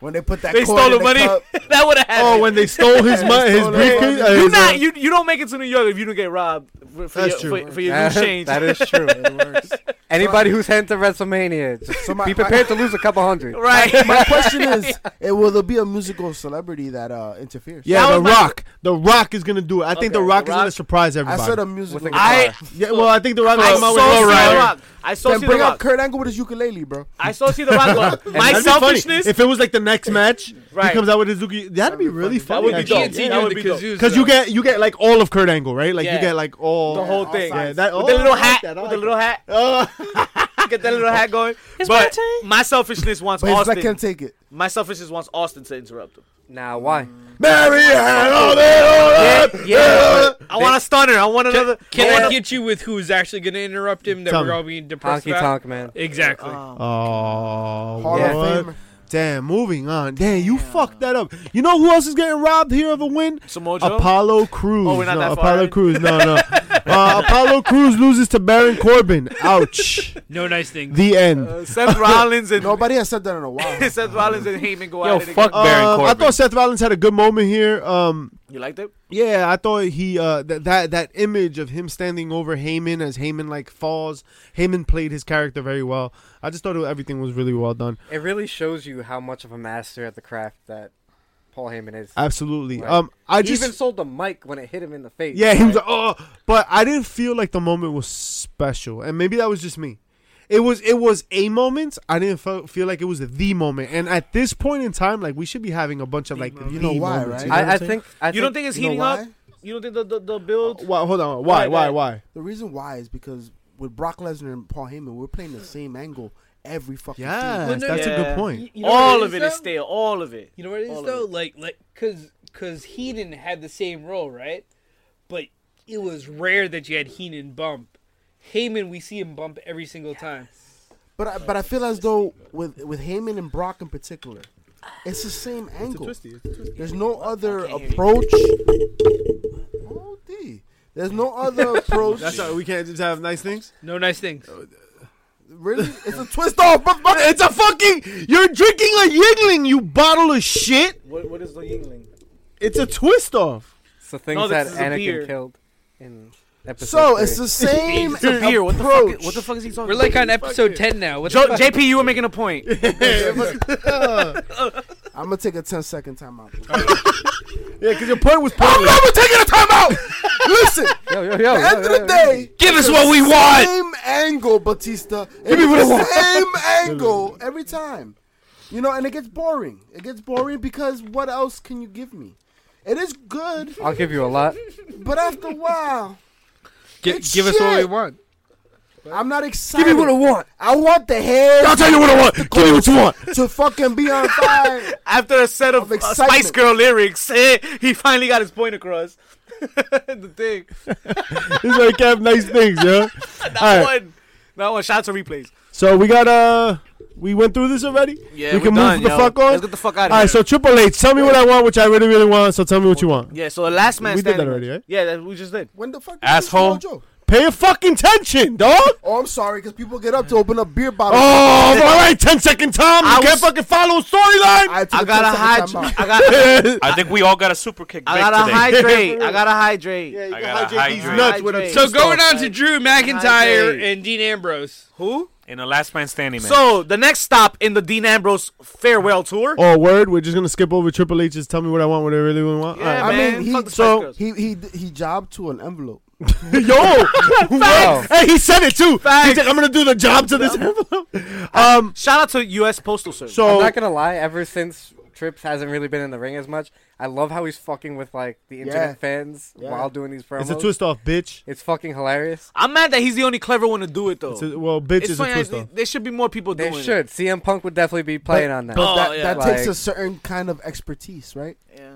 S6: when they put that
S1: They
S6: coin
S1: stole
S6: in
S1: the money.
S6: cup,
S1: that would have happened.
S8: oh, when they stole his money, his
S6: Stole it.
S8: briefcase. uh,
S1: you
S8: his, uh,
S1: not you, you don't make it to New York if you don't get robbed for, for,
S8: That's
S1: your,
S8: true.
S1: for, for your new change.
S4: that is true.
S6: it works.
S4: Anybody who's heading to WrestleMania, just
S6: So my-
S4: be
S6: my-
S4: prepared to lose a couple hundred.
S1: right.
S6: My question is, eh, will there be a musical celebrity that uh, interferes?
S8: yeah,
S1: That
S8: The
S1: was my-
S8: Rock. The Rock is gonna do it. I think The
S1: Okay,
S8: Rock
S1: The
S8: is gonna
S1: Rock-
S8: surprise
S6: I
S8: everybody.
S6: said a musical.
S1: I
S8: yeah, well, I think The Rock.
S1: I
S8: is
S1: saw
S8: coming out
S1: see
S8: with Low
S1: the
S8: Rider.
S1: rock. I saw
S6: then
S1: see the
S6: bring up
S1: rock.
S6: Kurt Angle with his ukulele, bro.
S1: I saw see the rock. go, My
S8: That'd be funny.
S1: selfishness.
S8: If it was like the next match,
S1: Right.
S8: he comes out with his Zuki. That'd be really
S1: That
S8: funny.
S1: would be
S8: actually.
S1: dope.
S7: GNT
S1: Yeah, that would be
S7: doing the
S1: dope.
S7: kazoo.
S8: Because you get you get like all of Kurt Angle, right? Like
S1: Yeah.
S8: you get like all
S1: the whole thing.
S8: Yeah, that
S1: With
S8: oh,
S1: the little
S8: I like
S1: hat.
S8: that, I
S1: with the
S8: like
S1: little
S8: that.
S1: hat.
S8: Oh.
S1: Get that little hat going. But my selfishness wants
S6: But his black
S1: Austin.
S6: can't take it.
S1: My selfishness wants Austin to interrupt him.
S4: Now, why?
S8: Mary had all that, all that.
S4: yeah.
S1: I want a stunner. I want another.
S7: Can
S1: want
S7: I
S1: a-
S7: get you with who's actually going to interrupt him that
S8: Tell
S7: we're
S8: me.
S7: all being depressed
S4: Honky
S7: about?
S4: Tonk Man.
S7: Exactly.
S1: Um,
S8: Oh,
S6: Hall
S4: Yeah.
S8: what?
S6: of Famer.
S8: Damn, moving on. Damn, you fucked that up. You know who else is getting robbed here of a win?
S1: Samoa Joe.
S8: Apollo Cruz.
S1: Oh, we're not
S8: no,
S1: that far
S8: Apollo
S1: in.
S8: Cruz. No, no. Uh, Apollo Cruz loses to Baron Corbin. Ouch.
S7: No nice thing.
S8: The end.
S1: Uh, Seth Rollins and
S6: Nobody has said that in a while.
S1: Seth Rollins and Heyman go
S5: Yo,
S1: out.
S5: fuck
S1: Again.
S5: Baron
S8: Um, I
S5: Corbin.
S8: thought Seth Rollins had a good moment here. Um,
S1: You liked it?
S8: Yeah, I thought he uh that that that image of him standing over Heyman as Heyman like falls. Heyman played his character very well. I just thought it- everything was really well done.
S4: It really shows you how much of a master at the craft that Paul Heyman is.
S8: Absolutely.
S4: Right.
S8: Um, I
S4: he
S8: just
S4: even sold the mic when it hit him in the face.
S8: yeah, he was
S4: Like,
S8: like, oh, but I didn't feel like the moment was special, and maybe that was just me. It was it was a moment. I didn't feel, feel like it was the moment, and at this point in time, like we should be having a bunch of like
S6: You know
S8: the
S6: why, right?
S8: moments, you know what
S4: I, I
S8: I'm saying?
S4: think. I
S1: You don't think it's
S6: You know
S1: heating
S6: why?
S1: up? You don't think the the, the build?
S8: Why? Hold on. Why?
S1: Right,
S8: Why?
S1: right.
S8: Why?
S6: The reason why is because with Brock Lesnar and Paul Heyman, we're playing the same angle every fucking
S8: Yes,
S7: Well, no,
S8: that's a
S1: yeah.
S8: good point.
S7: You know what
S1: all of
S7: is,
S1: it is
S7: though?
S1: stale. All of it.
S7: You know what it is
S1: All of
S7: though? Like like cause cause Heenan had the same role, right? But it was rare that you had Heenan bump. Heyman, we see him bump every single time.
S6: But I, but I feel as though with with Heyman and Brock in particular, it's the same angle. There's no other approach. Oh, D. There's no other approach.
S8: That's why we can't just have nice things.
S7: No nice things.
S8: Oh,
S6: really, it's a twist off.
S8: Motherfucker, It's a fucking. You're drinking a Yingling, you bottle of shit.
S1: What what is the Yingling?
S8: It's a twist off.
S4: It's the things
S1: No,
S4: that
S1: this is a
S4: Anakin
S1: beer.
S4: killed in episode.
S6: So
S4: three.
S6: it's the same
S1: It's a beer. What the
S6: approach.
S1: fuck? What the fuck is he talking?
S7: We're like
S1: about?
S7: on episode ten now. What
S1: Jo-
S7: the fuck?
S1: JP, you were making a point.
S6: I'm gonna take a 10 second timeout.
S8: Yeah, because your point was pointless.
S6: I'm taking a timeout. Listen,
S4: yo, yo, yo,
S6: at the end
S4: yo,
S6: of the
S4: yo,
S6: day,
S5: Give us what we want.
S6: Same angle, Batista. Give
S8: me what I want.
S6: Same angle every time. You know, and it gets boring. It gets boring because what else can you give me? It is good,
S4: I'll give you a lot.
S6: but after a while,
S7: Gi-
S6: it's
S7: give us what we
S6: shit.
S7: want.
S6: I'm not excited.
S4: want.
S6: I want the hair
S8: I'll tell you what I want. Give me what you want.
S6: to fucking be on fire.
S1: After a set of,
S6: Of
S1: uh, Spice
S6: excitement.
S1: Girl lyrics, eh, he finally got his point across. the thing.
S8: This way, have nice things, yeah.
S1: That
S8: All right.
S1: one. That one. uh, Shout out to replays.
S8: So we got uh, we went through this already.
S1: Yeah,
S8: we
S1: we're
S8: can move
S1: done,
S8: the
S1: yo.
S8: fuck on.
S1: Let's get the fuck out of
S8: All
S1: here.
S8: right, so Triple H, tell me what I want, which I really, really want. So tell me what you want.
S1: yeah, so the last man
S8: We did that
S1: standing.
S8: already, right?
S1: Yeah, that we just did.
S6: When the fuck?
S5: Asshole.
S6: Is this Mojo?
S8: Pay your fucking attention, dog.
S6: Oh, I'm sorry, because people get up to open up beer bottles.
S8: Oh, all right, 10 second time. You
S1: I
S8: can't
S1: was-
S8: fucking follow a storyline.
S6: I, took
S1: I
S6: a
S1: gotta
S6: 10 second
S1: hydrate.
S6: timeout.
S1: I got.
S5: I think we all got a super kick
S1: I
S5: back
S1: gotta
S5: today.
S1: hydrate. I gotta hydrate.
S5: I gotta
S8: He's
S5: hydrate.
S8: nuts with a
S1: Hydrate.
S7: So
S8: twist
S7: going
S8: off.
S7: on to Drew McIntyre and Dean Ambrose.
S1: Who?
S5: In the last man standing match.
S1: So the next stop in the Dean Ambrose farewell tour.
S8: Oh, word. We're just gonna skip over Triple H. Just tell me what I want, what I really want.
S1: yeah,
S8: All right.
S1: man.
S6: mean, he-
S1: Fuck the Spice
S8: so-
S1: Girls.
S6: He he he jobbed to an envelope.
S8: Yo,
S4: Wow.
S8: Hey, he said it too.
S1: Facts.
S8: He's like, I'm gonna do the job to this envelope. Um,
S1: Shout out to U.S. Postal Service.
S4: I'm
S8: so
S4: not gonna lie. Ever since Trips hasn't really been in the ring as much, I love how he's fucking with like the internet
S6: Yeah.
S4: fans
S6: Yeah.
S4: while doing these promos.
S8: it's a twist off, bitch.
S4: It's fucking hilarious.
S1: I'm mad that he's the only clever one to do it though.
S8: It's a, well, bitch
S1: It's
S8: is a
S1: funny,
S8: twist
S1: I-
S8: off.
S1: there should be more people
S4: They
S1: doing
S4: should. CM Punk would definitely be playing on that.
S1: but-
S6: that,
S1: Oh, yeah.
S6: that takes
S4: Like-
S6: a certain kind of expertise, right?
S1: it. Yeah.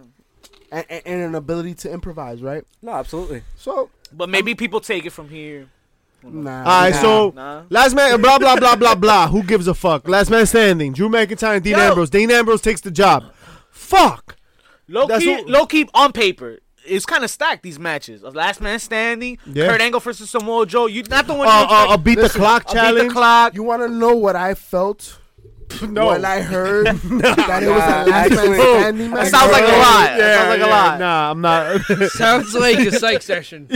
S6: And, and, and an ability to improvise, right?
S4: no, absolutely.
S6: So
S1: But maybe people take it from here.
S6: Nah.
S8: All right,
S6: nah.
S8: so
S1: Nah.
S8: last man, blah blah blah blah blah. Who gives a fuck? Last man standing. Drew McIntyre and Dean
S1: Yo.
S8: Ambrose. Dean Ambrose takes the job. Fuck.
S1: Low
S8: That's
S1: key,
S8: what-
S1: low key on paper. It's kind of stacked these matches. Of Last Man Standing,
S8: Yeah.
S1: Kurt Angle versus Samoa Joe. You not the one.
S8: Uh,
S1: you
S8: uh,
S1: expect-
S8: a beat the
S6: Listen,
S8: clock
S1: a beat
S8: challenge.
S1: the clock.
S6: You want to know what I felt
S8: No.
S6: when I heard that it was a last man
S4: actually.
S6: standing
S1: That
S6: match?
S1: sounds like a lie. That
S8: Yeah,
S1: sounds like a
S8: yeah.
S1: lie.
S8: Nah, I'm not.
S7: Sounds like a psych session.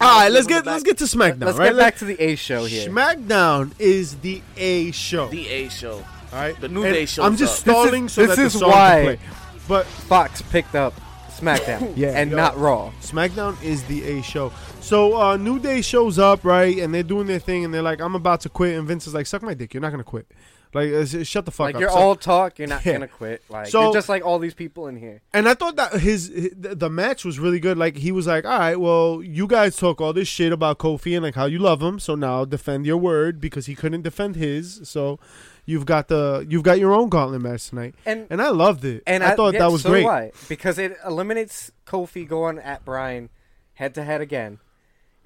S8: All right, let's get let's get to SmackDown.
S4: Let's
S8: right?
S4: get back to the A show here.
S8: SmackDown is the A show.
S1: The A show.
S8: all right,
S1: the New
S8: And
S1: Day shows
S8: I'm just
S1: up.
S8: stalling
S4: This is-
S8: so
S4: this
S8: that the
S4: is
S8: song
S4: why-
S8: can play. But
S4: Fox picked up SmackDown
S8: Yeah.
S4: and
S8: Yo.
S4: not Raw.
S8: SmackDown is the A show. So uh, New Day shows up, right? And they're doing their thing, and they're like, "I'm about to quit," and Vince is like, "Suck my dick. You're not gonna quit. Like, uh, sh- shut the fuck
S4: Like
S8: up."
S4: you're
S8: So-
S4: all talk, you're not
S8: Yeah.
S4: gonna quit. Like
S8: So-
S4: you're just like all these people in here.
S8: And I thought that his, his the match was really good. Like he was like, "All right, well, you guys talk all this shit about Kofi and like how you love him, so now defend your word because he couldn't defend his. So you've got the you've got your own gauntlet match tonight."
S4: And
S8: And I loved it.
S4: and
S8: I, thought
S4: yeah,
S8: that was
S4: so
S8: great.
S4: do I, because it eliminates Kofi going at Brian head to head again,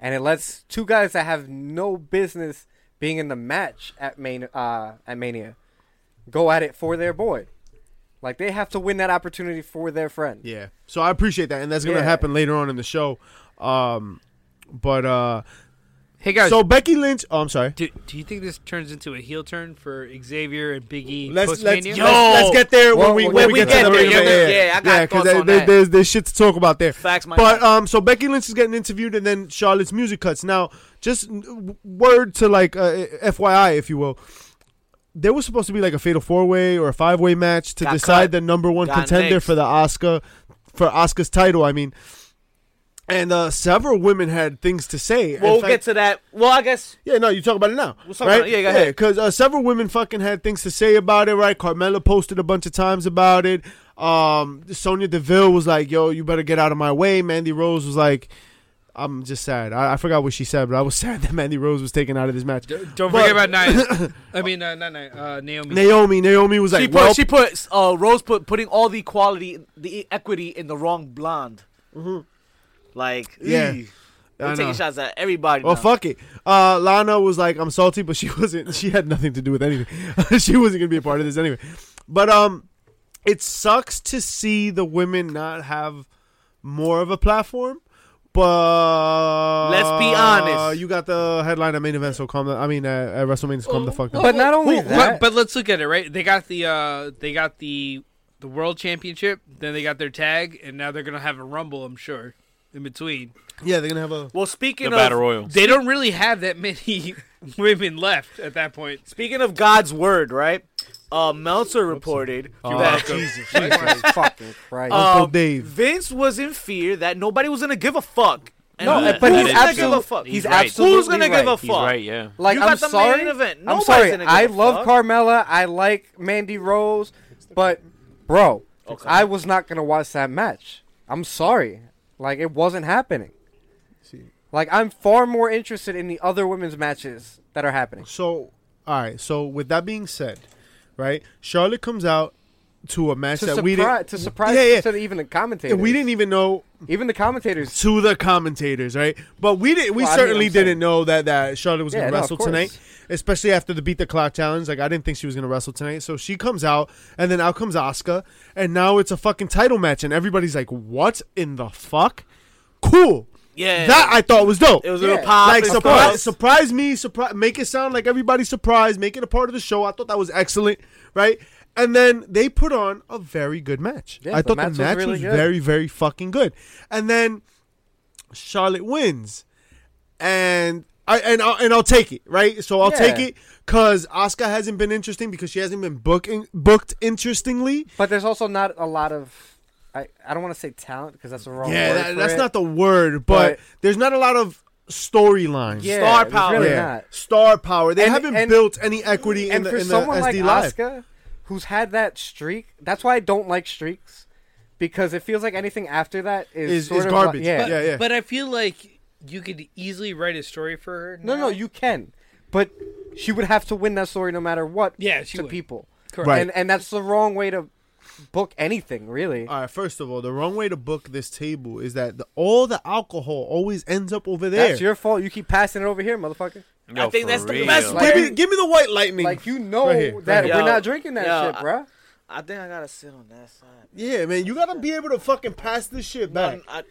S4: and it lets two guys that have no business being in the match at main uh, at Mania go at it for their boy. Like they have to win that opportunity for their friend.
S8: Yeah. So I appreciate that, and that's gonna
S4: Yeah.
S8: happen later on in the show. Um, but uh,
S7: Hey guys,
S8: so Becky Lynch. Oh, I'm sorry.
S7: do, do you think this turns into a heel turn for Xavier and Big E
S8: Let's let's,
S7: post-Mania?
S8: let's let's get there when
S4: Well,
S8: we
S4: we'll
S8: when
S4: get
S8: we
S4: to
S8: get,
S4: that.
S8: to the
S4: Yeah,
S8: main
S4: yeah,
S8: event.
S1: yeah, I got
S8: because
S1: thoughts
S8: they-
S1: on
S8: they-
S1: that.
S8: there's there's shit to talk about there.
S1: Facts, my
S8: But
S1: guy.
S8: um, so Becky Lynch is getting interviewed, and then Charlotte's music cuts. Now, just n- w- word to like uh, FYI, if you will, there was supposed to be like a fatal four way or a five way match to
S1: Got
S8: decide
S1: cut.
S8: the number one
S1: Got
S8: contender
S1: next.
S8: for the Oscar for Oscar's title. I mean. And uh, several women had things to say. In
S1: We'll
S8: fact-
S1: get to that. Well, I guess
S8: yeah, no, you talk about it now.
S1: We'll talk
S8: right?
S1: about it. Yeah, go ahead.
S8: Because uh, several women fucking had things to say about it, right? Carmella posted a bunch of times about it. Um, Sonia Deville was like, "Yo, you better get out of my way." Mandy Rose was like, "I'm just sad. I, I forgot what she said, but I was sad that Mandy Rose was taken out of this match."
S7: D- don't
S8: But-
S7: forget about Nia. I mean, uh, not Nia, uh, Naomi.
S8: Naomi, Naomi was
S1: she
S8: like,
S1: put
S8: "Well,
S1: she put uh, Rose put putting all the equality, the equity in the wrong blonde. Mm-hmm. Like
S8: Yeah.
S1: eeh.
S8: I
S1: we're taking
S8: know.
S1: shots at everybody.
S8: Well,
S1: now.
S8: fuck it. Uh, Lana was like, "I'm salty," but she wasn't. She had nothing to do with anything. she wasn't gonna be a part of this anyway. But um, it sucks to see the women not have more of a platform. But
S1: Let's be honest.
S8: you got the headline at main event, so calm. The, I mean, at, at WrestleMania, so calm the fuck down.
S4: But not only
S7: Who-
S4: that,
S7: but, but let's look at it, right? They got the uh, they got the the world championship, then they got their tag, and now they're gonna have a rumble, I'm sure, in between.
S8: yeah, they're gonna have a
S1: Well, speaking
S5: the
S1: of
S5: battle royal.
S7: They don't really have that many women left at that point.
S1: speaking of God's word, right? Uh, Meltzer reported
S8: Oh,
S1: that
S4: Jesus fucking Christ.
S1: um,
S8: Uncle Oh, Dave.
S1: Vince was in fear that nobody was gonna give a fuck. And
S4: no,
S1: who-
S4: but
S1: who's
S4: he's
S1: gonna
S4: absolutely,
S1: give a fuck?
S4: He's
S5: He's right.
S4: absolutely
S1: Who's gonna give
S4: right.
S1: a
S5: He's
S1: fuck?
S5: right. Yeah.
S4: Like
S1: You
S4: I'm
S1: got the main
S4: sorry,
S1: event.
S4: I'm
S1: Nobody's
S4: sorry.
S1: gonna give
S4: I
S1: a
S4: love
S1: fuck.
S4: Carmella. I like Mandy Rose, but bro,
S1: Okay.
S4: I was not gonna watch that match. I'm sorry. Like it wasn't happening. Like I'm far more interested in the other women's matches that are happening.
S8: So, all right. So, with that being said, right, Charlotte comes out to a match
S4: To
S8: that
S4: surprise,
S8: we didn't
S4: to surprise,
S8: Yeah, yeah.
S4: to the- even the commentators.
S8: we didn't even know
S4: even the commentators.
S8: to the commentators, right? But we didn't. We
S4: Well, I mean,
S8: certainly
S4: I'm saying-
S8: didn't know that that Charlotte was
S4: Yeah,
S8: gonna
S4: no, of
S8: wrestle
S4: course.
S8: tonight, especially after the beat the clock challenge. Like I didn't think she was gonna wrestle tonight. So she comes out, and then out comes Asuka, and now it's a fucking title match, and everybody's like, "What in the fuck?" Cool.
S1: Yeah,
S8: That I thought was dope.
S1: it was a
S4: Yeah.
S1: little pop.
S8: like
S1: and
S8: surprise,
S1: stuff.
S8: surprise me, surprise, make it sound like everybody's surprised, make it a part of the show. I thought that was excellent, right? And then they put on a very good match.
S4: Yeah,
S8: I
S4: the
S8: thought
S4: match
S8: the
S4: was
S8: match was,
S4: really good.
S8: very, very fucking good. And then Charlotte wins, and I and I'll, and I'll take it, right? So I'll
S4: Yeah.
S8: take it because Oscar hasn't been interesting because she hasn't been booking booked interestingly.
S4: But there's also not a lot of. I, I don't want to say talent because that's the wrong
S8: yeah,
S4: word.
S8: that,
S4: for
S8: that's
S4: it.
S8: not the word, but,
S4: But-
S8: there's not a lot of storylines.
S4: yeah,
S1: star
S4: there's
S1: power.
S4: Really
S8: Yeah.
S4: not.
S8: Star power. They
S4: And-
S8: haven't
S4: and-
S8: built any equity in
S4: and
S8: the,
S4: for
S8: in the
S4: someone
S8: SD
S4: like
S8: Live.
S4: Asuka, who's had that streak, that's why I don't like streaks because it feels like anything after that is
S8: Is-
S4: sort
S8: is
S4: of like-
S8: garbage.
S4: yeah.
S7: But,
S8: yeah.
S7: but I feel like you could easily write a story for her.
S4: No, no,
S7: now.
S4: you can, but she would have to win that story no matter what.
S7: Yeah, she
S4: to
S7: would.
S4: people,
S7: Correct.
S8: Right.
S4: and and that's the wrong way to book anything really.
S8: All right. First of all, the wrong way to book this table is that the, all the alcohol always ends up over there.
S4: That's your fault. You keep passing it over here, motherfucker.
S5: Yo,
S1: think
S5: for
S1: that's the
S5: real.
S1: best
S4: Like-
S8: give, me, give me the white lightning.
S4: Like you know
S8: Right here, right
S4: that
S1: here.
S4: we're
S1: Yo,
S4: not drinking that
S1: yo,
S4: shit, bruh.
S1: I think I gotta sit on that side.
S8: yeah, man, you gotta be able to fucking pass this shit back.
S1: Um, I-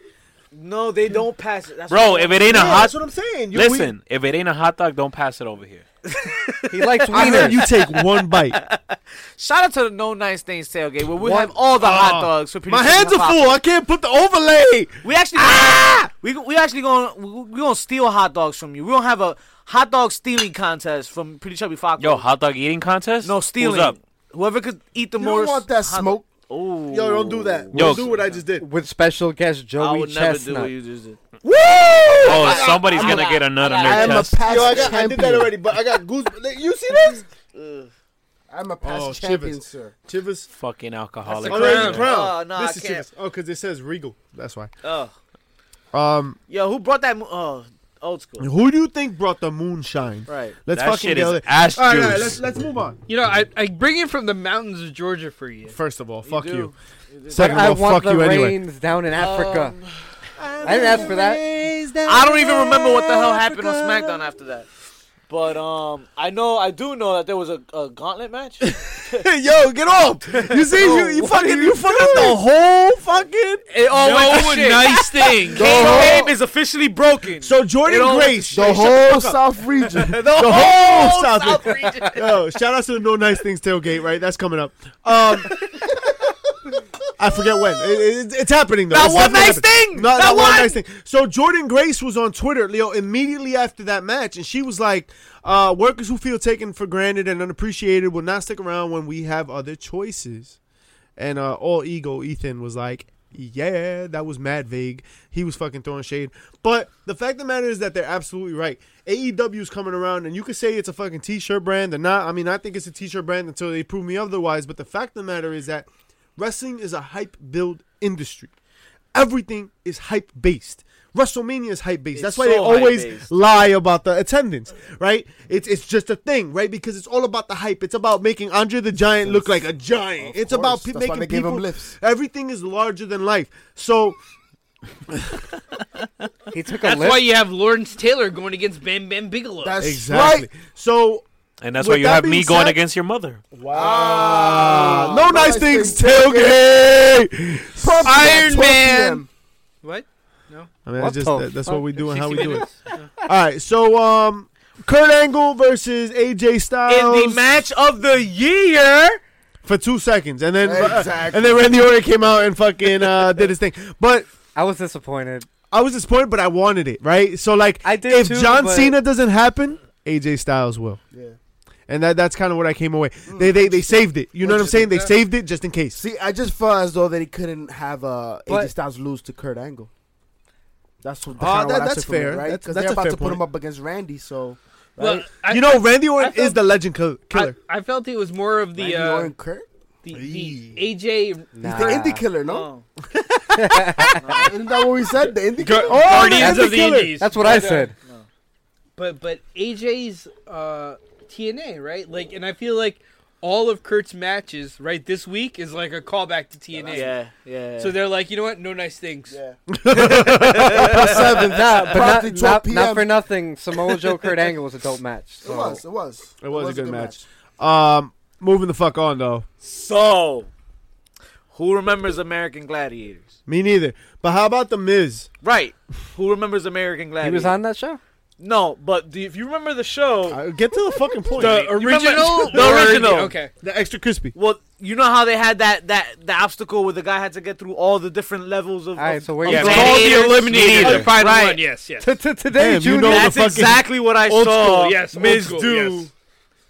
S1: no, they don't pass it. That's
S5: Bro,
S1: what-
S5: if it ain't a
S8: Yeah,
S5: hot
S8: that's what I'm saying. You- we-
S5: listen, if it ain't a hot dog, don't pass it over here.
S4: He likes
S8: I
S4: wieners.
S8: heard you take one bite.
S1: shout out to the No Nine Stains tailgate where we
S8: One-
S1: have all the
S8: Oh,
S5: Ah.
S1: hot dogs. For
S8: My
S1: people to
S8: hands are
S1: pop
S8: full. I can't put the overlay.
S1: We actually, we we actually going we we gonna steal hot dogs from you. We don't have a hot dog stealing contest from Pretty Chubby Fox.
S5: Yo, hot dog eating contest?
S1: no stealing.
S5: Who's up?
S1: Whoever could eat the
S6: You
S1: most.
S6: don't want that
S1: hot-
S6: smoke.
S1: Ooh.
S8: Yo, don't do that.
S5: Yo,
S8: Don't do what I just did.
S4: with special guest
S1: I
S4: Joey
S1: would never do
S4: Chestnut.
S1: what you just did.
S8: Woo!
S5: Oh, somebody's gonna get a nut on
S6: I
S5: their
S6: am a
S5: chest.
S6: past
S8: Yo, I, got,
S6: champion.
S8: I did that already, but I got goosebumps. You see this?
S6: I'm a past
S8: Oh,
S6: champion,
S8: shivers.
S6: sir.
S8: Chivas.
S5: Fucking alcoholic.
S8: Oh, there's a
S7: Crown.
S8: crown.
S1: Oh, nah,
S8: this
S1: I
S8: is
S1: can't.
S8: Chivas. Oh, because it says Regal. That's why.
S1: Oh,
S8: Um,
S1: yo, who brought that? Mo- oh, old school.
S8: who do you think brought the moonshine?
S1: Right.
S8: Let's
S5: That
S8: fucking
S5: shit
S8: go there.
S5: is ash
S8: All right, all right, let's
S5: juice.
S8: let's move on.
S7: You know, I, I bring it from the mountains of Georgia for you.
S8: First of all, fuck
S1: do.
S8: you.
S4: But
S8: Second
S4: I
S8: of all, fuck
S4: want the
S8: you anyway.
S4: rains down in Africa.
S1: Um,
S4: I didn't ask for that.
S1: I don't even remember what the hell happened on SmackDown after that. But um, I know I do know that there was a, a gauntlet match.
S8: Yo, get off! You see, you, you fucking you fucked up the whole fucking.
S1: It all went to
S5: No
S1: Oh, shit.
S5: nice thing.
S1: Kane name is officially broken.
S8: So Jordan
S1: It all went to
S8: Grace,
S6: The whole South region.
S1: the,
S8: the whole South
S1: region.
S8: Yo, shout out to the No Nice Things tailgate, right? That's coming up. Um, I forget when. It- it- it's happening though.
S1: Not
S8: It's
S1: one
S8: definitely
S1: nice
S8: happening.
S1: thing! Not
S8: Not, not one.
S1: one!
S8: nice thing. So Jordan Grace was on Twitter, Leo, immediately after that match, and she was like, uh, "Workers who feel taken for granted and unappreciated will not stick around when we have other choices." And uh, all ego Ethan was like, "Yeah, that was mad vague. He was fucking throwing shade." But the fact of the matter is that they're absolutely right. AEW is coming around, and you could say it's a fucking t-shirt brand or not. I mean, I think it's a t-shirt brand until they prove me otherwise. But the fact of the matter is that wrestling is a hype build industry. Everything is hype based. WrestleMania is hype based. That's why they
S1: so hype
S8: always
S1: based.
S8: lie about the attendance, right? It's it's just a thing, right? Because it's all about the hype. It's about making Andre the Giant look like a
S6: Of
S8: giant. it's about
S6: course.
S8: pe-
S6: That's why
S8: making
S6: they gave
S8: people
S6: him lifts.
S8: Everything is larger than life. So
S4: He took a
S7: That's why
S4: lift.
S7: you have Lawrence Taylor going against Bam Bam Bigelow.
S6: That's
S8: exactly.
S6: right.
S8: So
S5: And that's
S8: With
S5: why you
S8: that
S5: have
S8: being
S5: me going
S8: said-
S5: against your mother.
S8: uh, no nice things tailgate.
S6: Prompt
S8: Iron
S6: at 12
S8: Man.
S6: PM.
S7: what?
S8: I mean,
S4: What
S8: it's just
S4: the
S8: that, that's what we do and how we
S7: 60
S8: do it.
S7: minutes.
S8: All right. So um, Kurt Angle versus AJ Styles
S1: In the match of the year.
S8: for two seconds, and then
S6: Exactly.
S8: and then Randy Orton came out and fucking uh, did his thing. But
S4: I was disappointed.
S8: I was disappointed, but I wanted it, right? So like,
S4: I did
S8: if
S4: too,
S8: John
S4: but-
S8: Cena doesn't happen, AJ Styles will.
S6: Yeah.
S8: And that, that's kind of what I came away. They they, they saved it. You know what I'm saying? They saved it just in case.
S6: See, I just felt as though that he couldn't have uh, AJ
S4: But-
S6: Styles lose to Kurt Angle. That's what.
S8: Ah,
S6: kinda
S8: that-
S6: what I
S8: that's
S6: took from it,
S8: fair.
S6: right?
S8: That's-
S6: Because
S8: that's
S6: they're
S8: a
S6: about
S8: fair
S6: to put him
S8: point.
S6: up against Randy, so
S7: Well, I,
S8: you know, Randy Orton
S7: felt-
S8: is the legend kill-
S7: I,
S8: killer.
S7: I felt it was more of the
S6: Randy
S7: uh,
S6: Orton, Kurt,
S7: the, the AJ
S6: he's
S4: Nah.
S6: the indie killer, no?
S1: Oh.
S6: Isn't that what we said? The indie killer.
S8: Oh,
S7: Guardians
S8: the
S7: of the
S8: killer.
S7: Indies.
S4: That's what I
S7: But, uh,
S4: said.
S7: But but AJ's uh, TNA, right? Like, and I feel like all of Kurt's matches, right, this week is like a callback to TNA.
S1: Yeah, yeah.
S7: So they're like, you know what? No nice things.
S6: Yeah.
S4: Seven, nah, but not,
S6: Promptly 12
S4: not, not
S6: PM.
S4: for nothing. Samoa Joe Kurt Angle was a dope match.
S6: It
S4: So.
S6: was. It was.
S8: Oh. It was a good match. Um, moving the fuck on though.
S1: so, who remembers American Gladiators?
S8: Me neither. But how about the Miz?
S1: Right. Who remembers American
S4: He
S1: Gladiators?
S4: was on that show.
S1: No, but do, if you remember the show,
S8: Uh, get to the fucking point.
S7: The
S1: You remember-
S7: original.
S1: the
S7: or
S1: original.
S7: Okay.
S8: the extra crispy.
S1: well, you know how they had that that the obstacle where the guy had to get through all the different levels of.
S4: All right,
S1: of-
S4: so where
S1: of
S4: you
S1: the-
S4: at?
S5: eliminator.
S7: The final
S1: Right.
S7: one. Yes. Yes.
S4: T- t- Today,
S8: Damn, you
S4: Junior.
S8: know the
S1: That's
S8: fucking-
S1: exactly what I
S8: Old
S1: saw.
S7: school, yes, old
S1: Miz
S7: school,
S1: do
S7: yes.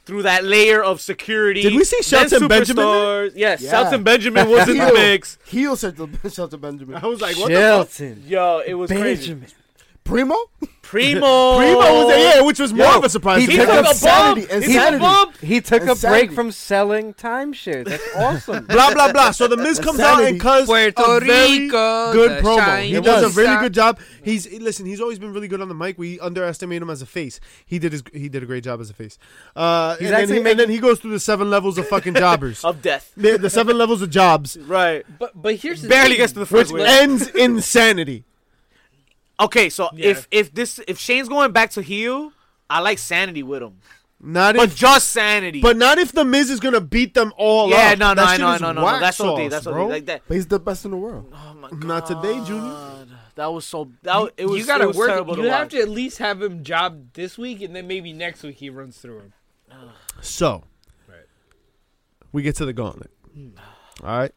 S1: through that layer of security.
S8: Did we see
S1: then
S8: Shelton Benjamin
S1: superstars. Yes,
S6: Yeah.
S1: Shelton Benjamin was in the
S6: Heel.
S1: mix.
S6: Heel said to Shelton Benjamin.
S8: I was like, what the fuck?
S4: Shelton
S1: Yo, it was crazy.
S4: Benjamin.
S6: Primo?
S1: Primo.
S8: Primo was there, yeah, which was more
S6: Yo,
S8: of a surprise.
S6: he
S8: to me.
S1: took
S6: took
S1: a
S6: up
S1: bump.
S6: sanity.
S1: He took a
S6: insanity.
S1: bump.
S4: He took a break
S6: Insanity.
S4: from selling timeshares. That's awesome.
S8: blah blah blah. So the Miz comes out and cuts
S7: Puerto
S8: a very
S7: Rico,
S8: good
S7: the
S8: promo.
S7: shining
S8: He does a
S7: sun.
S8: really good job. He's listen. He's always been really good on the mic. We underestimate him as a face. He did his. He did a great job as a face. Uh, and,
S4: He's
S8: then
S4: actually
S8: he, and
S4: making-
S8: then he goes through the seven levels of fucking jobbers.
S1: Of death.
S8: the, the seven levels of jobs,
S1: Right.
S7: But but here's the
S1: Barely
S7: thing.
S1: gets to the
S8: which
S1: first wave.
S8: ends in sanity.
S1: Okay, so
S7: Yeah.
S1: if if this if Shane's going back to heel, I like sanity with him,
S8: Not
S1: but
S8: if,
S1: just sanity.
S8: but not if the Miz is gonna beat them all
S1: yeah,
S8: up.
S1: no, no,
S8: That
S1: I
S8: shit
S1: know, I
S8: is
S1: know, no, no,
S8: whack
S1: that's all day,
S8: sauce,
S1: that's all
S8: bro.
S1: day, like that.
S6: But he's the best in the world.
S1: Oh my god,
S8: Not today, Junior.
S1: That was so. That was, it was.
S7: you gotta
S1: it was
S7: work.
S1: Terrible
S7: You
S1: to
S7: have
S1: watch.
S7: to at least have him job this week, and then maybe next week he runs through him.
S8: So, we get to the gauntlet.
S4: Hmm.
S8: All right,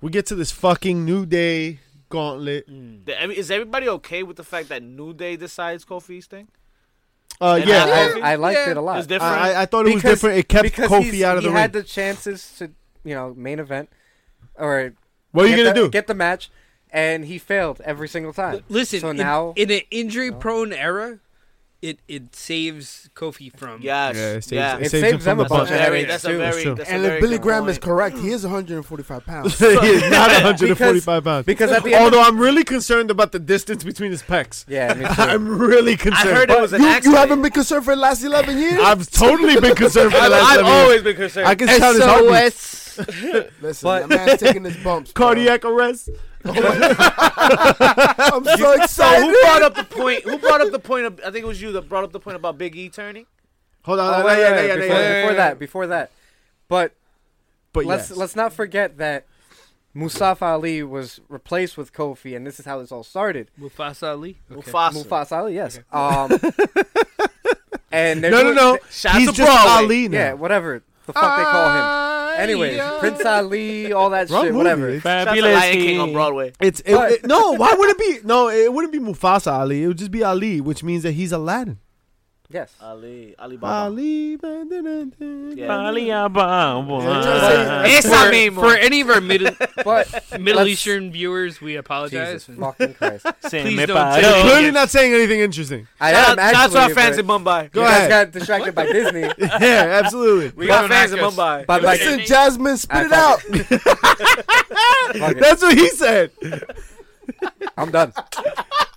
S8: we get to this fucking new day gauntlet.
S4: Hmm.
S1: The- I mean, Is everybody okay with the fact that New Day decides Kofi's thing?
S8: Mm. Uh,
S1: And
S8: yeah,
S1: I-
S8: I,
S4: I, I liked it a lot.
S1: It's different.
S8: I, I thought it was different. It kept
S4: because
S8: Kofi
S4: he's-
S8: out of the
S4: he
S8: ring.
S4: had the chances to, you know, main event or
S8: what are you
S4: get
S8: gonna
S4: the-
S8: do?
S4: Get the match, and he failed every single time.
S7: Listen,
S4: so
S7: in,
S4: now
S7: in an injury-prone era, it it saves Kofi from.
S1: Yes.
S8: Yeah,
S1: Yeah.
S8: it saves- it
S4: it
S8: saves him
S4: saves
S8: from
S4: them
S8: the
S4: a
S1: That's, a
S4: bunch
S8: bump.
S4: of
S1: very,
S4: headaches
S1: that's a
S4: too.
S1: very.
S8: That's true.
S1: That's a
S6: And
S1: very
S6: if Billy
S1: good
S6: Graham is
S1: point.
S6: correct, he is 145 pounds.
S8: he is not 145 pounds.
S4: because at the end,
S8: Although I'm really concerned about the distance between his pecs.
S4: yeah, me too.
S8: I'm really concerned.
S1: heard it was an
S6: you, you
S1: accident.
S6: haven't been concerned for the last 11 years?
S8: I've totally been concerned for the
S1: I've,
S8: last
S1: I've
S8: seven years.
S1: always been concerned.
S8: I can tell his heartbeat.
S7: SOS.
S6: Listen,
S4: But-
S6: that man's taking his bumps. bro.
S8: Cardiac arrest.
S6: I'm so
S1: so who
S6: excited.
S1: brought up the point? Who brought up the point? Of, I think it was you that brought up the point about Big E turning.
S8: Hold on.
S4: Oh,
S8: no,
S4: wait,
S8: yeah,
S4: wait,
S8: yeah, yeah,
S4: wait, before,
S8: yeah.
S4: before that, before that, but
S8: But
S4: let's
S8: yes.
S4: let's not forget that Mustafa Ali was replaced with Kofi, and this is how this all started.
S7: Mufasa Ali. Okay.
S1: Mufasa.
S4: Mufasa Ali, yes. Um, and they're
S8: No, no,
S4: doing-
S8: no.
S1: Shout out
S8: He's
S1: to
S8: just
S1: Broadway.
S8: Ali now.
S4: yeah, whatever the fuck they call him. Anyway, Prince Ali, all that
S8: Wrong
S4: shit,
S8: movie.
S4: whatever.
S8: It's-
S1: Shout out to Lion King on Broadway.
S8: It's it,
S4: But-
S8: it- no. Why would it be? No, it wouldn't be Mufasa Ali. It would just be Ali, which means that he's Aladdin.
S4: Yes.
S1: Ali, Alibaba.
S8: Ali. dun, dun, dun, dun.
S1: Yeah.
S8: Yeah.
S1: Esa
S7: For,
S1: mismo.
S7: for any of our Middle
S4: But
S7: Middle
S4: Let's-
S7: Eastern viewers, we
S4: Jesus
S7: apologize.
S4: fucking Christ.
S7: Please
S5: me
S7: don't
S5: paró.
S7: take-
S8: Clearly
S7: Yes.
S8: not saying anything interesting.
S4: I
S1: Shout
S4: am
S1: out shout out
S4: actually.
S1: to our fans
S4: but
S1: in Mumbai.
S8: Go
S4: you guys
S8: ahead.
S4: got distracted by Disney.
S8: yeah, absolutely.
S1: We got
S7: Go
S1: fans in
S7: Knockers.
S1: Mumbai.
S4: But like,
S6: Listen, Jasmine, spit it out.
S4: fuck it.
S8: That's what he said.
S4: I'm done.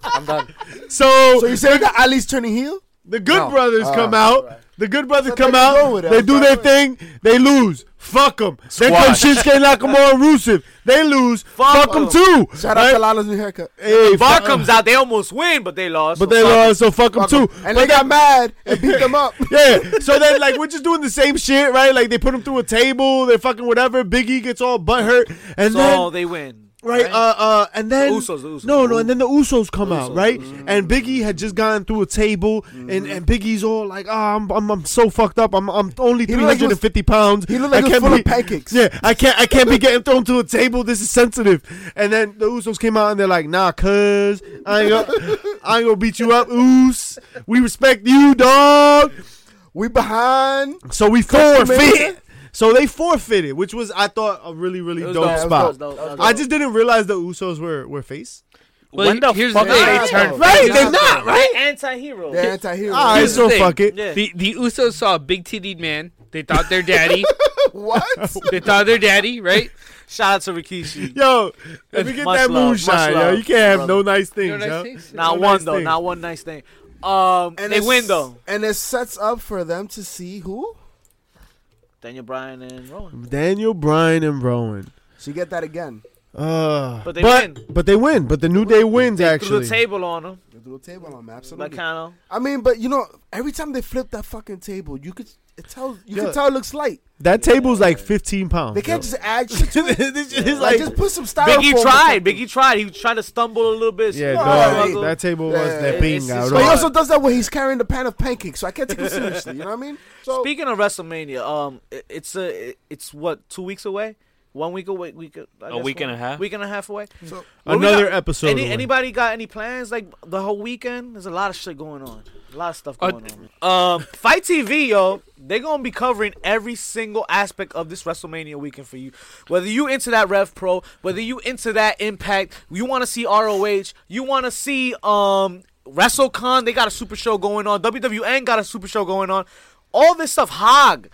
S4: I'm done.
S8: So
S6: So you saying that Ali's turning heel?
S8: the Good
S4: No.
S8: Brothers come out. The Good Brothers
S6: So
S8: come
S6: they can go
S8: out.
S6: with it.
S8: They
S6: I'm
S8: do
S6: fine
S8: their
S6: with
S8: thing. They lose. Fuck them. Then come Shinsuke Nakamura and Rusev. They lose. Fuck them
S1: 'em.
S8: too.
S6: Shout out
S8: Right?
S6: to Lala's new haircut.
S8: Hey,
S1: Bar
S8: fuck 'em.
S1: comes out, they almost win, but they lost.
S8: But
S1: so
S8: they
S1: fuck 'em.
S8: lost, so fuck them
S6: Fuck
S8: too.
S6: 'em. And they got mad and beat them up.
S8: Yeah. So then, like, we're just doing the same shit, right? Like, they put him through a table. They're fucking whatever. Biggie gets all butt hurt, and then
S1: So they win.
S8: right? Uh, uh, and then
S1: Usos, the Usos.
S8: no, no, and then the Usos come out, right?
S6: Mm-hmm.
S8: And Biggie had just gone through a table, and and Biggie's all like, "Oh, I'm I'm, I'm so fucked up. I'm I'm only
S6: He
S8: three
S6: looked like he
S8: hundred
S6: was-
S8: and fifty pounds.
S6: he looked like
S8: I
S6: he was
S8: can't
S6: full
S8: be,
S6: of pancakes."
S8: Yeah, I can't I can't be getting thrown to a table. This is sensitive." And then the Usos came out, and they're like, "Nah, cuz I ain't gonna, I ain't gonna beat you up, Us. We respect you, dog."
S6: We behind.
S8: So we forfeit. So they forfeited, which was I thought a really really dope,
S6: dope. It was
S8: spot.
S6: dope. It was
S8: I
S6: dope.
S8: just didn't realize the Usos were were face.
S7: Well,
S5: when the
S7: here's
S5: fuck
S7: the
S5: did
S7: thing.
S5: they turn?
S8: Right,
S6: Yeah.
S8: they're not right.
S1: Anti-hero.
S6: They're anti-hero.
S8: All right,
S7: Here's the
S8: so
S7: thing.
S8: fuck it.
S1: Yeah.
S7: The the Usos saw a big titted man. They thought their daddy.
S6: what?
S7: they thought their daddy, right?
S1: Shout out to Rikishi.
S8: Yo, let me
S1: It's
S8: get
S1: much
S8: that
S1: love, much
S8: moonshine, yo.
S1: love,
S8: You can't have no
S1: brother.
S8: nice
S7: You
S8: things,
S7: know
S8: yo.
S7: what I'm saying?
S1: Not
S8: No
S1: one
S8: nice
S1: though.
S8: thing.
S1: Not one nice thing. Um, they
S6: it's-
S1: win though.
S6: And it sets up for them to see who.
S1: Daniel Bryan and Rowan.
S8: Daniel Bryan and Rowan.
S6: She get that again.
S8: Uh,
S1: But they
S8: but,
S1: win.
S8: But they win. But the New Day wins
S1: Threw the
S8: actually.
S1: table on him.
S6: They do a table on maps.
S1: Like kind
S6: I mean, but you know, every time they flip that fucking table, you could it tell you
S8: Yeah.
S6: can tell it looks light.
S8: That table's like 15 pounds.
S6: They can't
S8: yo.
S6: just add shit. To it.
S8: This shit is
S6: like,
S8: like
S6: just put some
S1: of.
S6: styrofoam.
S1: Biggie
S6: or
S1: tried.
S6: something.
S1: Biggie tried. He tried to stumble a little bit.
S8: yeah,
S1: stumble,
S8: dog.
S1: struggle.
S8: That table was
S6: Yeah,
S8: that
S6: it-
S8: being
S1: it's- it's
S6: But he
S1: like-
S8: out.
S6: also does that when he's carrying the pan of pancakes, so I can't take him seriously. You know what I mean? So
S1: Speaking of WrestleMania, um, it, it's a, it, it's what two weeks away, one week away, week I
S5: A
S1: guess
S5: week and
S1: one-
S5: a half?
S1: week and a half away.
S6: So-
S1: What we
S8: Another
S1: got-
S8: episode.
S1: Any,
S8: away.
S1: anybody got any plans like the whole weekend? There's a lot of shit going on. A lot of stuff
S7: Uh,
S1: going on. Um, Fight TV, yo, they're gonna be covering every single aspect of this WrestleMania weekend for you. Whether you into that Rev Pro, whether you into that Impact, you want to see ROH, you want to see um WrestleCon, they got a super show going on. WWN got a super show going on. All this stuff, Hog,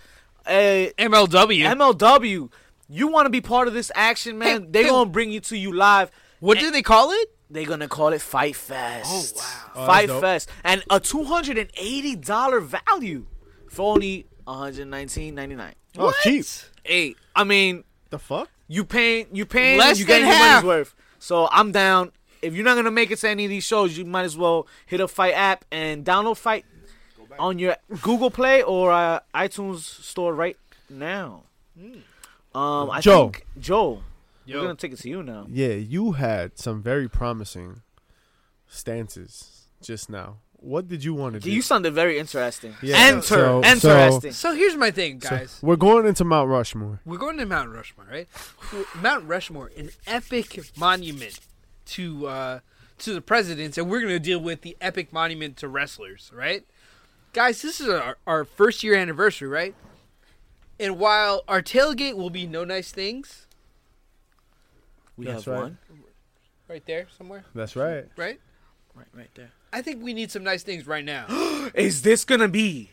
S1: uh,
S9: MLW.
S1: MLW. You want to be part of this action, man?
S9: Hey,
S1: they
S9: hey.
S1: gonna bring you to you live.
S9: what did they call it?
S1: They gonna call it Fight Fest. Oh
S3: Oh, that's
S1: Fight
S3: dope.
S1: Fest, and a two hundred and eighty dollar value for only one hundred nineteen ninety nine.
S8: Oh, cheap.
S1: Hey, I mean,
S8: The fuck?
S1: you paying, you paying,
S9: Less
S1: you getting
S9: than
S1: your
S9: half.
S1: money's worth. So I'm down. If you're not gonna make it to any of these shows, you might as well hit up Fight app and download Fight on your Google Play or uh, iTunes store right now. Um, I
S8: Joe.
S1: think Joe,
S9: Hmm. Yo.
S1: we're gonna take it to you now.
S8: Yeah, you had some very promising stances just now. What did you want to do?
S1: You sounded very interesting.
S8: Yeah.
S1: Enter,
S8: So- so-
S1: interesting.
S7: So here's my thing,
S8: So,
S7: guys.
S8: we're going into Mount Rushmore.
S7: We're going to Mount Rushmore, right? Mount Rushmore, an epic monument to uh, to the presidents, and we're going to deal with the epic monument to wrestlers, right? Guys, this is our, our first year anniversary, right? And while our tailgate will be no nice things,
S1: we
S8: That's
S1: have
S8: right.
S1: one
S7: right there somewhere,
S8: That's right.
S7: right?
S1: right, right there.
S7: I think we need some nice things right now.
S1: Is this gonna be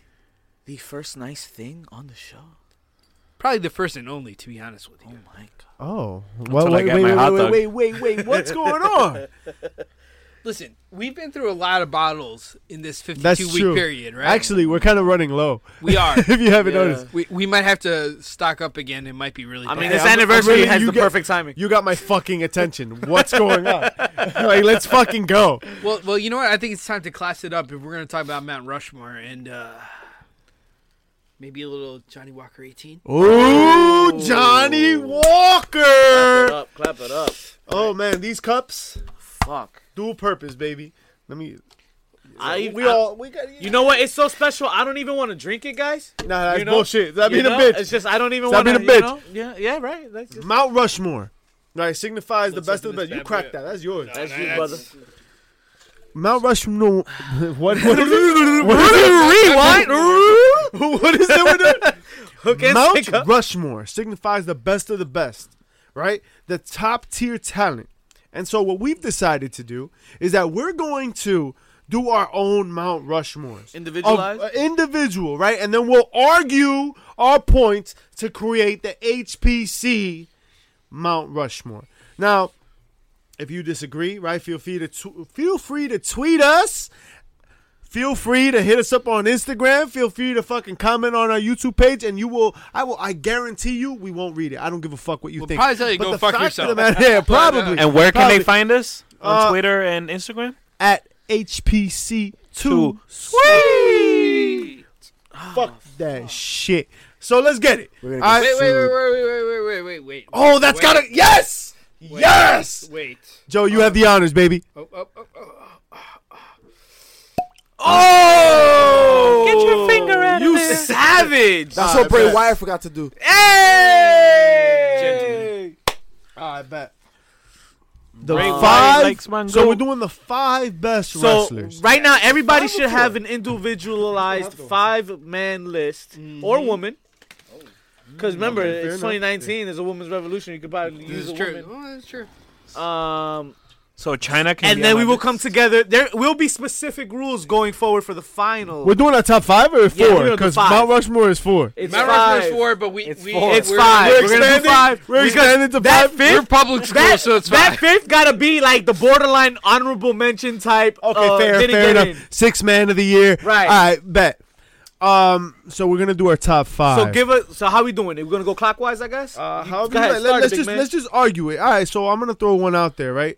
S1: the first nice thing on the show? Oh
S7: Probably the first and only, to be honest with you.
S1: my god!
S8: Oh, well,
S5: Until I
S8: wait,
S5: get
S8: wait,
S5: my
S8: wait,
S5: hot
S8: wait,
S5: dog.
S8: wait, wait, wait, what's going on?
S7: Listen, we've been through a lot of bottles in this 52
S8: That's
S7: week
S8: true.
S7: period, right?
S8: Actually, we're kind of running low.
S7: we are.
S8: if you haven't
S1: Yeah.
S8: noticed,
S7: We, we might have to stock up again. It might be really.
S1: I mean,
S7: bad.
S1: this
S8: I'm- I'm
S1: anniversary
S8: really-
S1: has
S8: you
S1: the
S8: get-
S1: perfect timing.
S8: you got my fucking attention. What's going on? like, let's fucking go.
S7: well, well, you know what? I think it's time to class it up if we're going to talk about Mount Rushmore and uh, maybe a little Johnny Walker 18.
S8: Ooh, Johnny Walker.
S1: up, clap it up.
S8: Oh man, these cups,
S1: Fuck.
S8: dual purpose, baby. Let me.
S1: I,
S8: we
S1: I-
S8: all we got.
S1: You know what? It's so special. I don't even want to drink it, guys.
S8: nah, that's
S1: you know-
S8: bullshit. That
S1: You
S8: mean a
S1: know?
S8: bitch.
S1: It's just I don't even
S8: Stop
S1: want to.
S8: being a bitch.
S1: Yeah, yeah, right. That's just
S8: Mount Rushmore. Right, signifies the
S7: Let's
S8: best
S7: open
S8: of the
S7: this
S8: best. You
S7: bad
S8: cracked
S7: boy
S8: that. That's yours.
S1: that's you,
S7: that's-
S1: brother.
S8: Mount Rushmore. what? What is it? What is it? Rewind. what is it? With the-
S1: Hook and
S8: Mount
S1: stick up.
S8: Rushmore signifies the best of the best, right? The top tier talent. And so what we've decided to do is that we're going to do our own Mount Rushmores.
S1: Individualized?
S8: Of- uh, individual, right? And then we'll argue our points to create the HPC Mount Rushmore. Now, if you disagree, right, feel free to tw- feel free to tweet us. Feel free to hit us up on Instagram. Feel free to fucking comment on our YouTube page, and you will. I will. I guarantee you, we won't read it. I don't give a fuck what you
S9: We'll
S8: think.
S9: probably tell you,
S8: But
S9: "Go
S8: the
S9: fuck
S8: fact of
S9: yourself."
S8: the matter- yeah, probably.
S5: And where can
S8: Probably.
S5: they find us? On
S8: Uh,
S5: Twitter and Instagram?
S8: at HPC two
S5: Two.
S8: sweet? Fuck that shit. So let's get it.
S6: We're gonna
S8: All
S6: get
S8: right.
S7: Wait, wait, wait, wait, wait, wait, wait, wait, wait.
S8: Oh, that's
S7: Wait.
S8: gotta yes, yes.
S7: Wait.
S8: Joe, you have the honors, baby.
S7: Oh, oh, oh, oh.
S1: Oh!
S5: Get your finger out of
S1: you
S5: there.
S1: savage.
S6: That's what Bray
S8: bet.
S6: Wyatt forgot to do.
S1: hey!
S8: Ah, I bet. The
S5: Ray
S8: five.
S5: Wyatt likes mango.
S8: so we're doing the five best
S1: So
S8: wrestlers.
S1: right now, everybody should have an individualized five-man list or woman. Because remember,
S8: Mm-hmm. Oh. Fair
S1: it's
S8: enough.
S1: 2019. There's a women's revolution. You could probably
S7: This
S1: use
S7: is
S1: a
S7: true.
S1: woman.
S7: Oh, that's true.
S1: Um,
S5: So China can.
S1: and
S5: be
S1: then
S5: on
S1: we
S5: our
S1: will
S5: list.
S1: come together. There will be specific rules going forward for the final.
S8: we're doing our top five or
S1: Yeah, we're
S8: four?
S1: doing the
S8: Because
S1: five.
S8: Mount Rushmore is four.
S1: it's
S7: Mount
S1: five.
S7: Rushmore's four, but we
S4: It's
S7: we
S4: four.
S1: It's
S7: we're-
S1: five.
S8: We're
S1: We're, gonna do
S8: expanding-
S1: five.
S8: we're
S1: Because
S8: expanding to
S1: that
S8: five.
S1: Fifth,
S9: We're public school,
S1: that,
S9: so it's
S1: that
S9: fine.
S1: fifth gotta be like the borderline honorable mention type.
S8: Okay,
S1: uh,
S8: fair,
S1: didn't
S8: fair
S1: get
S8: enough.
S1: in.
S8: Six man of the year.
S1: Right.
S8: All right, bet. Um, so we're gonna do our top five.
S1: So give us. So how we doing? We're gonna go clockwise, I guess.
S8: Uh,
S1: You-
S8: how
S1: go ahead,
S8: let,
S1: start it,
S8: us
S1: big
S8: just
S1: man.
S8: let's just argue it. All right, so I'm gonna throw one out there, right?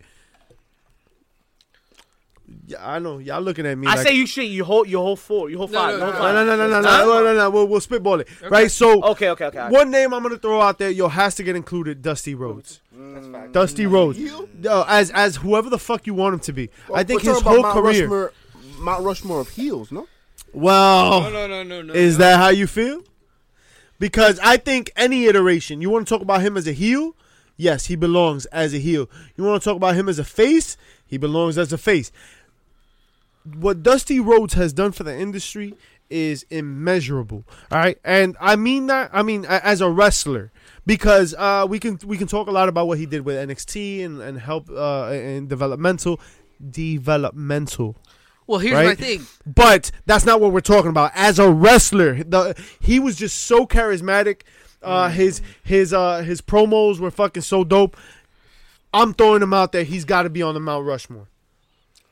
S8: Yeah, I know y'all looking at me.
S1: I
S8: like,
S1: say you should. You hold. You hold four. You hold
S7: No,
S1: five.
S7: no,
S1: you hold
S8: no,
S7: no,
S1: five.
S8: no, no, no, no, no,
S1: Huh?
S8: no, no, no. We'll, we'll spitball it, right? So
S1: Okay, Oh, okay, okay.
S8: one name I'm gonna throw out there. Yo, has to get included. Dusty Rhodes. Dusty Rhodes. No, as as whoever the fuck you want him to be. I think
S6: We're
S8: his
S6: talking
S8: whole
S6: about Mount
S8: career.
S6: Rushmore, Mount Rushmore of heels, no?
S8: Well,
S7: No, no, no, no, no.
S8: Is
S7: no.
S8: that how you feel? Because I think any iteration, you want to talk about him as a heel? Yes, he belongs as a heel. You want to talk about him as a face? He belongs as a face. What Dusty Rhodes has done for the industry is immeasurable. All right? And I mean that I mean a- as a wrestler because uh, we can we can talk a lot about what he did with NXT and and help uh, and developmental developmental
S7: Well, here's
S8: right?
S7: my thing.
S8: But that's not what we're talking about. As a wrestler, the he was just so charismatic. Uh, his his uh, his promos were fucking so dope. I'm throwing him out there. He's got to be on the Mount Rushmore.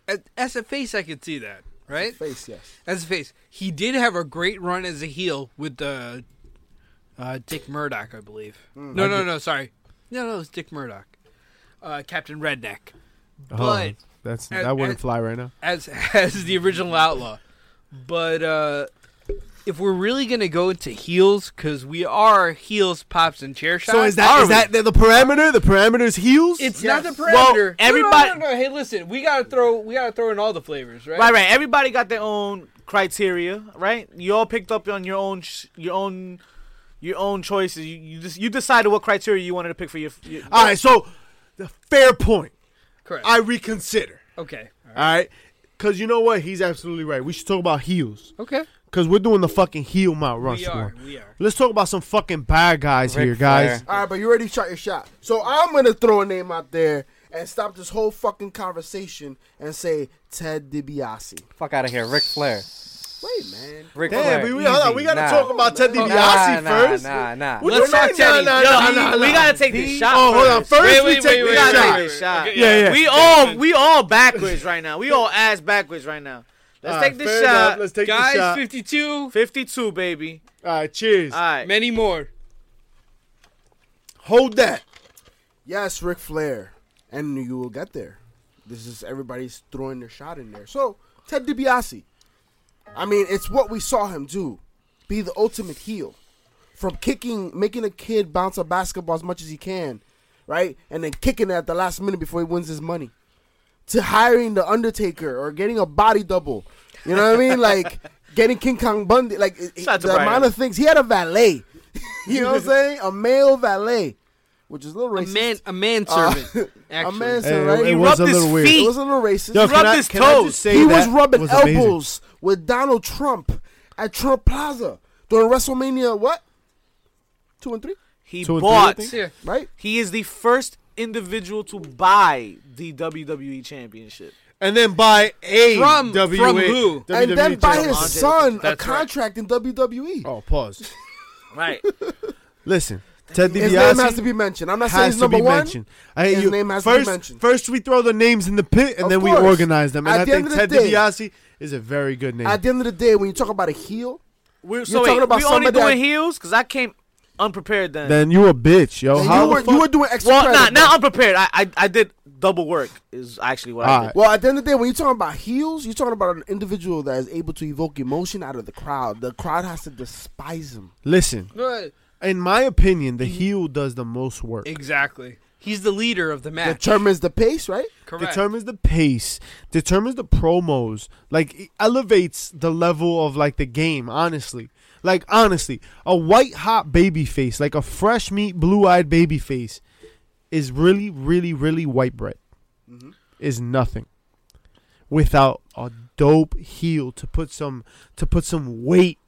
S7: As- As a face, I could see that, right?
S6: Face, yes.
S7: As a face, he did have a great run as a heel with uh, uh, Dick Murdoch, I believe.
S8: Hmm.
S7: No, no, no, sorry, no, no, it was Dick Murdoch, uh, Captain Redneck.
S8: Oh.
S7: But
S8: That's
S7: And-
S8: that wouldn't
S7: and-
S8: fly right now.
S7: as as the original outlaw. But uh, if we're really gonna go into heels, because we are heels, pops, and chair shots.
S8: So is that
S7: are
S8: is
S7: we?
S8: that the, the parameter? The parameter's heels.
S7: It's not the
S1: Well,
S7: parameter.
S1: everybody-
S7: No, no, no, no, Hey, listen, we gotta throw we gotta throw in all the flavors, right?
S1: Right, right. Everybody got their own criteria, right? You all picked up on your own, sh- your own, your own choices. You, you just you decided what criteria you wanted to pick for your. your
S8: all right. So the fair point.
S7: Correct.
S8: I reconsider.
S7: okay. All right.
S8: All right. Cause you know what? He's absolutely right. We should talk about heels.
S7: Okay.
S8: Cause we're doing the fucking heel Mount
S7: We
S8: Rushmore.
S7: are. We are.
S8: Let's talk about some fucking bad guys
S4: Ric
S8: here, guys.
S4: Flair.
S6: All right, but you already shot your shot. So I'm gonna throw a name out there and stop this whole fucking conversation and say Ted DiBiase.
S4: Fuck out of here, Ric Flair.
S6: Wait, man.
S4: Ric Flair.
S8: Damn, we, we, hold on, we
S4: easy.
S8: gotta
S4: nah.
S8: talk about Ted
S4: Nah,
S8: DiBiase
S4: nah,
S8: first.
S4: Nah, nah,
S8: What
S1: Let's
S8: do you
S1: not
S8: mean,
S1: Teddy.
S8: nah, nah,
S1: Yo,
S8: nah,
S1: we-
S8: nah,
S1: we
S8: nah.
S1: gotta take this shot.
S8: Oh, hold on.
S1: first.
S8: First we take
S1: we
S8: this
S1: gotta
S8: shot.
S1: take this shot.
S8: Yeah, yeah.
S1: We all we all backwards right now. We all ass backwards right now. Let's
S8: All
S1: take
S8: right,
S1: this
S8: fair
S1: shot.
S8: enough. Let's take this
S7: Guys,
S8: shot.
S7: fifty-two.
S1: Fifty-two, baby.
S8: All right, cheers.
S1: All right.
S7: Many more.
S8: Hold that.
S6: Yes, Ric Flair, and you will get there. This is everybody's throwing their shot in there. So Ted DiBiase, I mean, it's what we saw him do, be the ultimate heel, from kicking, making a kid bounce a basketball as much as he can, right, and then kicking it at the last minute before he wins his money, to hiring the Undertaker or getting a body double. You know what I mean? Like getting King Kong Bundy. Like it- it-
S1: Shout out to
S6: the
S1: Brian.
S6: amount of things he had a valet. you know what I'm saying? A male valet, which is a little
S7: A
S6: racist.
S7: man, a manservant.
S6: A
S8: Uh,
S7: actually,
S6: man
S8: Hey,
S6: said, right?
S8: it,
S1: He
S8: was
S1: rubbed
S8: a
S1: his
S8: little weird.
S1: feet.
S6: It was a little racist.
S8: Yo,
S1: He
S8: can
S1: rubbed
S8: I-
S1: his
S8: can I just
S1: toes.
S8: say
S6: he was
S8: that
S6: rubbing
S8: was amazing?
S6: elbows with Donald Trump at Trump Plaza during WrestleMania, what? Two and three,
S1: He
S8: So it's
S1: bought.
S8: really-
S7: Here.
S6: right?
S1: He is the first individual to buy the WWE Championship.
S8: And then by a E
S7: From-
S8: WWE
S7: from who?
S8: WWE
S6: and then by
S8: champion.
S6: his son a
S7: That's right.
S6: contract in E. WWE.
S8: Oh, pause.
S1: Right.
S8: Listen, Ted
S6: his name has
S8: DiBiase
S6: to be mentioned. I'm not saying
S8: has
S6: he's
S8: to
S6: number
S8: be
S6: one.
S8: mentioned. I hear
S6: His
S8: you.
S6: name has to be
S8: first,
S6: mentioned.
S8: First, we throw the names in the pit, and
S6: Of
S8: then we
S6: course.
S8: organize them. And
S6: At
S8: I
S6: the
S8: think
S6: end of
S8: Ted
S6: the day-
S8: DiBiase is a very good name.
S6: At the end of the day, when you talk about a heel,
S1: We're, so
S6: You're
S1: wait,
S6: talking about
S1: we only
S6: somebody
S1: doing
S6: that-
S1: heels because I came unprepared then.
S8: then you a bitch, yo.
S6: and
S8: How
S6: you
S8: the
S6: were
S8: fuck-
S6: you were doing extra
S1: well,
S6: credit,
S1: not
S6: bro.
S1: not unprepared. I, I I did double work is actually what I
S8: Alright.
S1: did.
S6: Well, at the end of the day, when you're talking about heels, you're talking about an individual that is able to evoke emotion out of the crowd. The crowd has to despise him.
S8: Listen,
S7: Good.
S8: in my opinion, the heel does the most work.
S7: Exactly. He's the leader of the match.
S6: Determines the pace, right?
S7: Correct.
S8: Determines the pace, determines the promos, like it elevates the level of like the game. Honestly, like honestly, a white hot baby face, like a fresh meat, blue eyed baby face, is really, really, really white bread. Is nothing without a dope heel to put some to put some weight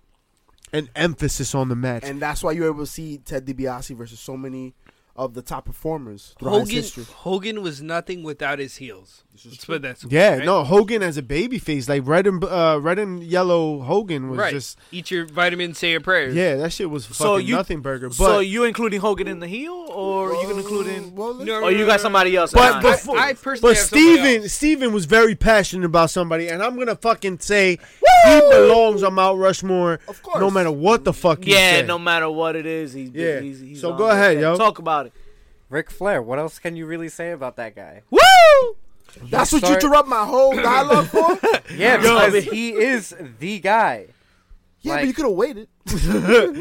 S8: and emphasis on the match.
S6: And that's why you're able to see Ted DiBiase versus so many of the top performers throughout his
S7: Hogan,
S6: history.
S7: Hogan was nothing without his heels. Let's put that.
S8: yeah,
S7: right?
S8: no, Hogan as a baby face, like red and uh, red and yellow Hogan was
S7: right.
S8: just
S7: Eat your vitamins, say your prayers.
S8: Yeah, that shit was fucking
S1: So you-
S8: nothing burger. But
S1: so you including Hogan in the heel, or you gonna include in,
S6: Well,
S7: No,
S1: or you got somebody else?
S8: but
S1: Nah.
S8: before,
S7: I personally
S8: but
S7: have somebody
S8: Steven,
S7: else. Oh,
S8: Steven was very passionate about somebody, and I'm gonna fucking say he belongs on Mount Rushmore.
S6: Of course.
S8: no matter what the fuck. You
S1: yeah,
S8: say.
S1: no matter what it is, he's
S8: Yeah.
S1: He's, he's
S8: So
S1: on
S8: go
S1: there.
S8: ahead, yo.
S1: Talk about it.
S4: Ric Flair. What else can you really say about that guy?
S6: That's what
S4: Sorry.
S6: you interrupt my whole dialogue for?
S4: Yeah,
S1: Yo.
S4: because he is the guy.
S6: Yeah,
S4: Like-
S6: but you could have waited.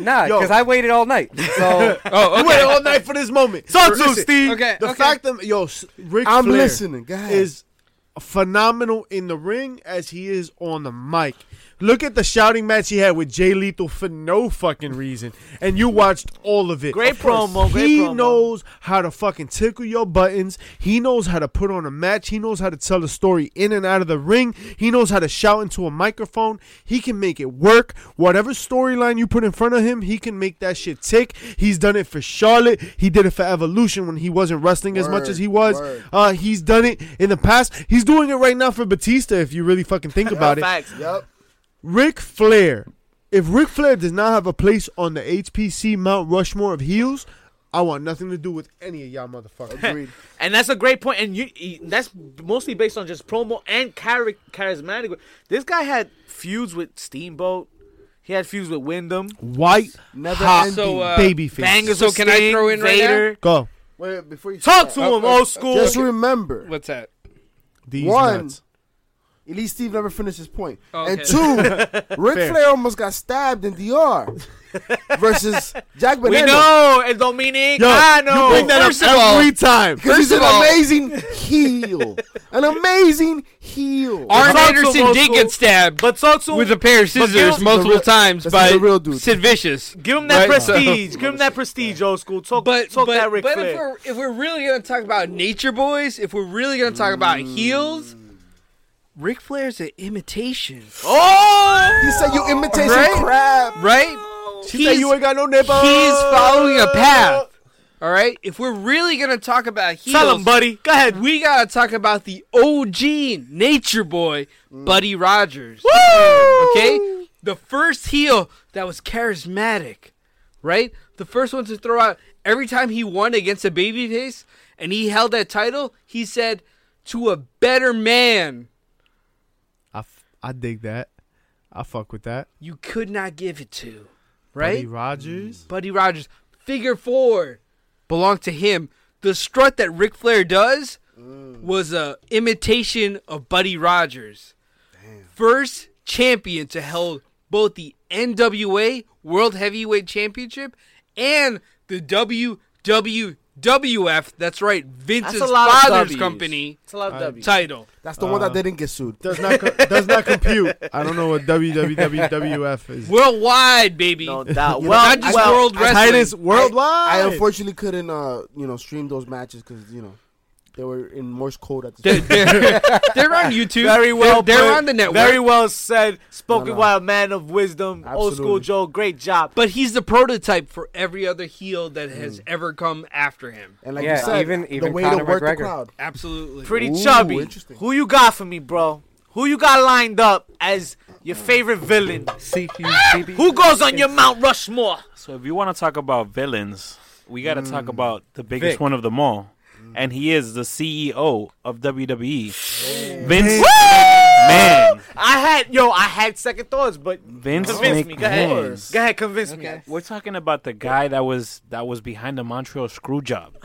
S4: Nah,
S8: Yo.
S4: because I waited all night. So
S7: Oh,
S8: You waited all night for this moment.
S1: Talk to him,
S8: Listen,
S1: Steve.
S7: Okay.
S8: The
S7: okay.
S8: fact that yo, s- Ric
S6: I'm
S8: Flair
S6: listening. Go ahead.
S8: is phenomenal in the ring as he is on the mic. Look at the shouting match he had with Jay Lethal for no fucking reason, and you watched all of it.
S1: Great
S8: Of course.
S1: promo, great
S8: he
S1: promo.
S8: knows how to fucking tickle your buttons. He knows how to put on a match. He knows how to tell a story in and out of the ring. He knows how to shout into a microphone. He can make it work. Whatever storyline you put in front of him, he can make that shit tick. He's done it for Charlotte. He did it for Evolution when he wasn't wrestling as much
S6: Word,
S8: as he was.
S6: word.
S8: Uh, he's done it in the past. He's doing it right now for Batista. If you really fucking think about it,
S1: Facts.
S6: Yep.
S8: Ric Flair. If Ric Flair does not have a place on the HPC Mount Rushmore of heels, I want nothing to do with any of y'all motherfuckers.
S6: Agreed.
S1: And that's a great point. And you, you- that's mostly based on just promo and chari- charismatic. This guy had feuds with Steamboat. He had feuds with Wyndham.
S8: White
S6: Never
S8: hot
S6: ending.
S7: So, uh,
S8: baby face.
S1: Bangers
S7: So
S1: with
S7: can I
S1: Sting,
S7: throw in right now?
S1: Vader.
S8: Go.
S6: Wait, before you
S1: Talk to
S8: uh,
S6: start,
S1: him, old school.
S6: Just remember,
S7: What's that?
S8: These
S6: One.
S8: nuts.
S6: at least Steve never finished his point.
S7: Oh,
S6: And
S7: okay.
S6: two, Ric
S8: Fair.
S6: Flair almost got stabbed in DR versus Jack
S1: we
S6: Banana.
S1: know, and Dominic.
S8: Yo,
S1: I know.
S8: you bring that
S9: First of
S8: up
S9: all-
S8: every time.
S6: Because he's
S9: First
S6: an
S9: of all-
S6: amazing heel. An amazing heel.
S7: Arn
S1: also
S7: Anderson did
S1: multiple-
S7: get stabbed
S1: but talk to him.
S7: with a pair of
S1: but give
S7: scissors
S1: him-
S7: multiple
S6: This is the real-
S7: times
S6: this is
S7: by
S6: the real dude.
S7: Sid Vicious.
S1: Give him that
S7: Right, so-
S1: prestige. Give him that prestige, old school. Talk,
S7: But
S1: talk
S7: but,
S1: that Ric
S7: but if
S1: Flair.
S7: we're if we're really gonna talk about nature boys, if we're really gonna talk about heels, Ric Flair's an imitation,
S8: Oh!
S6: He said you imitation
S7: Right?
S6: crap.
S7: right?
S8: She said you ain't got no nipples.
S7: he's following a path. All right. If we're really gonna talk about heels,
S1: Tell him, buddy. Go ahead.
S7: we gotta talk about the OG nature boy, Buddy Rogers. Okay? The first heel that was charismatic, right? The first one to throw out every time he won against a babyface and he held that title, he said, To a better man,
S8: I, f- I dig that. I fuck with that.
S7: you could not give it to. Right?
S8: Buddy Rogers.
S7: Buddy Rogers. Figure four belonged to him. The strut that Ric Flair does was a imitation of Buddy Rogers. First champion to hold both the NWA World Heavyweight Championship and the WWWF. That's right, Vince's father's company
S1: It's a lot of W's.
S7: title.
S6: That's Uh, the one that didn't get sued.
S8: Does not co- does not compute. I don't know what WWWF is.
S7: Worldwide, baby.
S1: No doubt.
S6: You know,
S1: Well,
S7: Not just
S1: well,
S7: world wrestling.
S8: Titus worldwide.
S6: I unfortunately couldn't, uh, you know, stream those matches because you know they were in Morse code at the
S7: They're,
S6: time.
S7: they're- they're on YouTube.
S1: Very well.
S7: They're, they're
S1: put.
S7: on the network.
S1: Very well said. Spoken
S6: No, no.
S1: by a man of wisdom. Old school
S6: Absolutely.
S1: Joe. Great job.
S7: But he's the prototype for every other heel that has ever come after him.
S6: And like
S4: Yeah,
S6: you said,
S4: even-
S6: the
S4: even
S6: way
S4: Conor
S6: to work
S4: McGregor.
S6: the crowd.
S7: Absolutely.
S1: Pretty
S6: Ooh,
S1: chubby.
S6: interesting.
S1: Who you got for me, bro? Who you got lined up as your favorite villain?
S4: CQCB.
S1: Who goes on your Mount Rushmore?
S5: So if you want to talk about villains, we got to talk
S1: Mm.
S5: about the biggest
S4: Vic.
S5: one of them all, and he is the CEO of WWE,
S1: Oh.
S5: Vince McMahon.
S1: I had yo, I had second thoughts, but
S5: Vince
S1: convince me. Go ahead.
S5: McMahon.
S1: Go ahead, convince me.
S5: We're talking about the guy that was that was behind the Montreal screw job,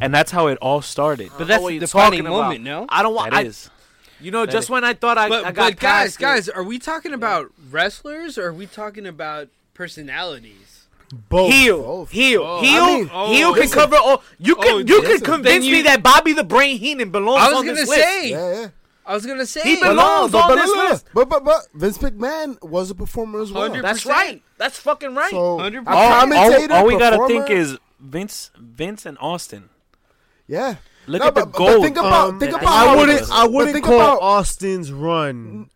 S5: and that's how it all started.
S1: I don't
S7: But
S1: know
S7: that's
S1: what
S7: the
S1: you're
S7: defining
S1: talking about.
S7: moment, no?
S1: I don't want.
S5: That
S1: I,
S5: is.
S1: you know, just when I thought I,
S7: But,
S1: I got
S7: but
S1: past
S7: guys,
S1: it.
S7: guys, are we talking about wrestlers or are we talking about personalities?
S8: Both.
S1: Heel,
S6: both.
S1: heel,
S7: Oh,
S1: heel,
S7: I mean- oh,
S1: heel can
S7: listen.
S1: cover all. You can,
S7: Oh,
S1: you can
S7: listen.
S1: convince
S7: Then you-
S1: me that Bobby the Brain Heenan belongs
S7: I was
S1: on
S7: gonna
S1: this
S7: say.
S1: list.
S6: Yeah, yeah.
S7: I was gonna say.
S1: He
S6: But
S1: belongs-
S6: no, but,
S1: on
S6: but,
S1: this
S6: no, no, no.
S1: list.
S6: but but but Vince McMahon was a performer as well.
S7: 100%.
S1: That's right. That's fucking right.
S6: So a
S7: 100%.
S5: All, all-
S6: commentator,
S5: all we gotta
S6: performer,
S5: think is Vince, Vince and Austin.
S6: yeah.
S5: Look
S6: No,
S5: at the
S6: but- but
S5: gold.
S6: think about
S8: Um,
S6: think
S5: and
S6: about
S8: I
S6: how
S8: wouldn't. I
S6: but
S8: wouldn't
S6: think
S8: call
S6: about-
S8: Austin's run.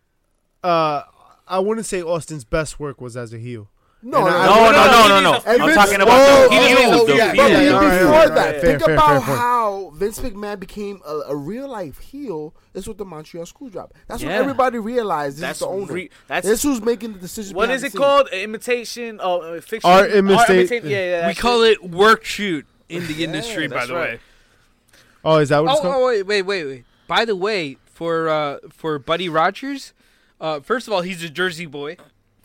S8: Uh, I wouldn't say Austin's best work was as a heel.
S6: no,
S8: and
S6: no,
S8: I-
S5: no,
S6: no,
S5: no, no, no, no.
S6: And
S5: I'm
S6: Vince-
S5: talking about the
S6: Whoa,
S5: heel.
S6: oh,
S5: the
S6: yeah,
S5: heel.
S6: but
S8: yeah, yeah,
S6: before
S8: yeah, yeah, yeah.
S6: that,
S8: Fair,
S6: think
S8: fair,
S6: about
S8: fair, fair.
S6: how Vince McMahon became a, a real life heel. Is with the Montreal Screw Job. That's
S1: Yeah.
S6: what everybody realized. This
S1: That's
S6: is the owner.
S1: re- that's-
S6: this who's making the decision.
S1: what
S6: behind
S1: is
S6: the
S1: it
S6: scenes.
S1: called? Imitation? Oh, uh, fiction.
S8: Art imita-
S1: Yeah, yeah.
S7: we
S1: that's it.
S7: call it work shoot in the industry, by
S1: that's
S7: the
S1: right.
S7: way.
S8: Oh, is that what
S7: Oh,
S8: it's called?
S7: oh, wait, wait, wait, wait. By the way, for uh, for Buddy Rogers, uh, first of all, he's a Jersey boy.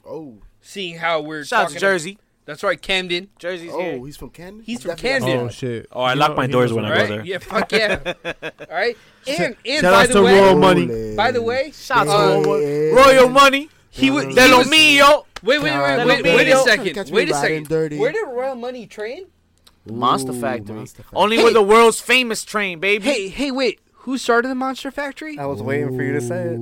S6: Oh,
S7: Seeing how we're
S1: Shout out
S7: talking
S1: to Jersey.
S7: that's right, Camden.
S1: Jersey's
S6: oh,
S1: here.
S6: he's from Canada.
S7: He's from
S6: Definitely.
S7: Canada.
S8: Oh,
S7: oh,
S8: shit.
S5: Oh, I lock my doors when I
S7: All
S5: go
S7: right,
S5: there.
S7: yeah, fuck yeah. all right, and and
S8: Shout
S7: by
S8: out
S7: the
S8: to
S7: way,
S8: Royal Money.
S6: Holy.
S7: By the way,
S1: Shout out
S7: uh,
S1: to
S6: Yeah.
S1: Royal Money.
S7: he was
S1: De
S7: he
S1: lo
S7: was-
S1: mio.
S7: Wait, wait, wait,
S6: That'll
S7: wait,
S1: be
S7: wait a
S1: it.
S6: Catch
S7: second.
S6: me
S7: Wait a
S6: riding
S7: second.
S6: dirty.
S7: Where did Royal Money train?
S1: Monster
S6: Ooh,
S1: Factory.
S6: Monster Factory.
S1: Only with the world's famous train, baby.
S7: Hey, hey, wait. Who started the Monster Factory?
S4: I was waiting for you to say it.